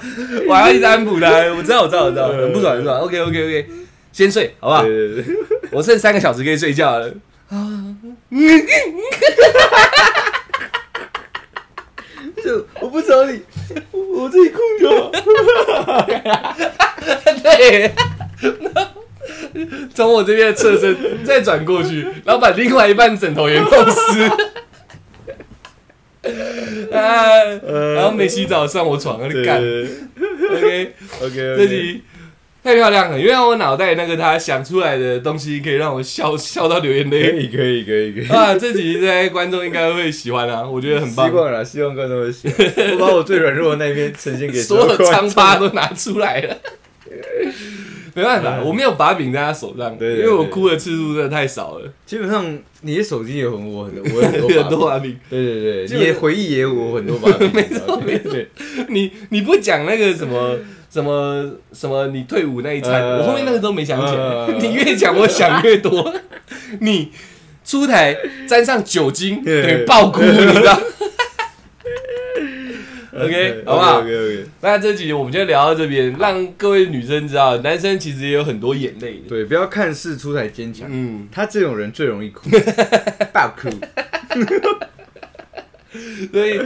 我还要一直安抚他，我知道，我知道，我知道，很不爽，很不爽。OK OK OK，先睡好不好？
对对对，
我剩三个小时可以睡觉了。
就我不找你，我我自己哭就好。
对， 从我这边的侧身再转过去，然后把另外一半枕头也弄湿。 啊，然后没洗澡上我床，我就
对
干。
对
OK，
OK，
这集太漂亮了，因为我脑袋那个他想出来的东西可以让我笑笑到流眼
可
泪。
以可以可以可以。
啊，这集在观众应该会喜欢啊，我觉得很
希
棒。
望啦，希望观众会喜欢。 我 把我最软弱的那一面呈现给
所有
观
疮
众
疤都拿出来了。没办法，我没有把柄在他手上，
哎对对
因为我哭的次数真的太少了，
基本上你的手机也有很我很我很 多
很多
把柄
把柄。
对对
基
对，
本
你的回忆也有我很多把 柄，没错没错，对
你你不讲那个什么什么什么，你退伍那一餐，
呃
我后面那个都没想起来。
呃
你越讲，我想越多。 你出台沾上酒精，
对
对，爆哭，你知道。OK，好不
呃
好？
OK OK，
那这集我们就聊到这边，让各位女生知道，男生其实也有很多眼泪的。
对，不要看似出彩坚强，
嗯，
他这种人最容 易哭，爆哭，
所以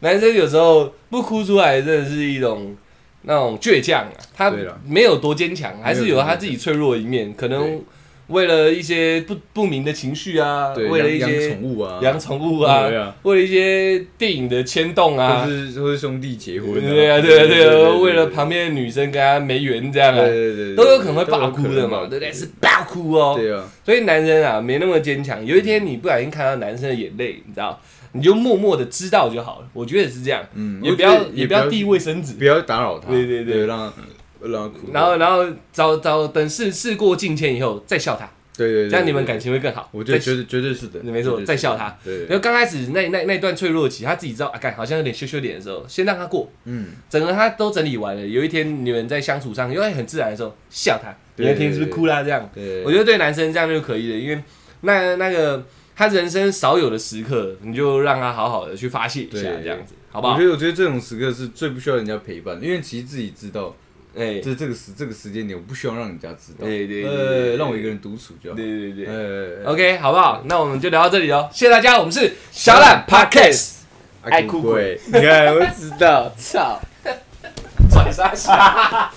男生有时候不哭出来，真的是一种那种倔强啊。他
对啦
没有多坚强，还是有他自己脆弱的一面，可能
对
为了一些不不明的情绪啊，
对，
为了一
养养
些
宠物啊，
养宠物啊
对啊，
为了一些电影的牵动啊
或。是或是兄弟结婚，
对啊，对啊，对啊，为了旁边的女生跟他没缘这样啊
对，对对，对
都有可能会爆哭的嘛，
都
对
有可能爆哭
不对？是爆哭哦。
对啊，
所以男人啊，没那么坚强。有一天你不小心看到男生的眼泪，你知道，你就默默的知道就好了。我觉得是这样，
嗯
也
我
不
觉
要
得
也不要递卫生纸
不，要打扰他，
对对对
让他让他哭，
然后然后找找等事事过境迁以后再笑他，
对对，对
这样你们感，情会更好。
对对我觉得
再
绝对绝对是的，
没错，再
再
笑他。
对，
然后刚开始那那那段脆弱期，他自己知道啊，干好像有点羞羞脸的时候，先让他过，
嗯，
整个他都整理完了。有一天你们在相处上又会很自然的时候笑他，有
对
一天是不是哭啦这样？
对，
我觉得对男生这样就可以了，因为那那个他人生少有的时刻，你就让他好好的去发泄一下，
对
这样子，好不好
我觉？得，我觉得这种时刻是最不需要人家陪伴，因为其实自己知道，
哎，
这这个时这个时间点，我不需要让人家知道，
对对对对对
呃，让我一个人独处就好。
对对对
呃，
，OK，好不好？那我们就聊到这里喽，谢谢大家，我们是小懒 Podcast，爱哭哎
哎鬼，你看我知道，操。
转沙沙。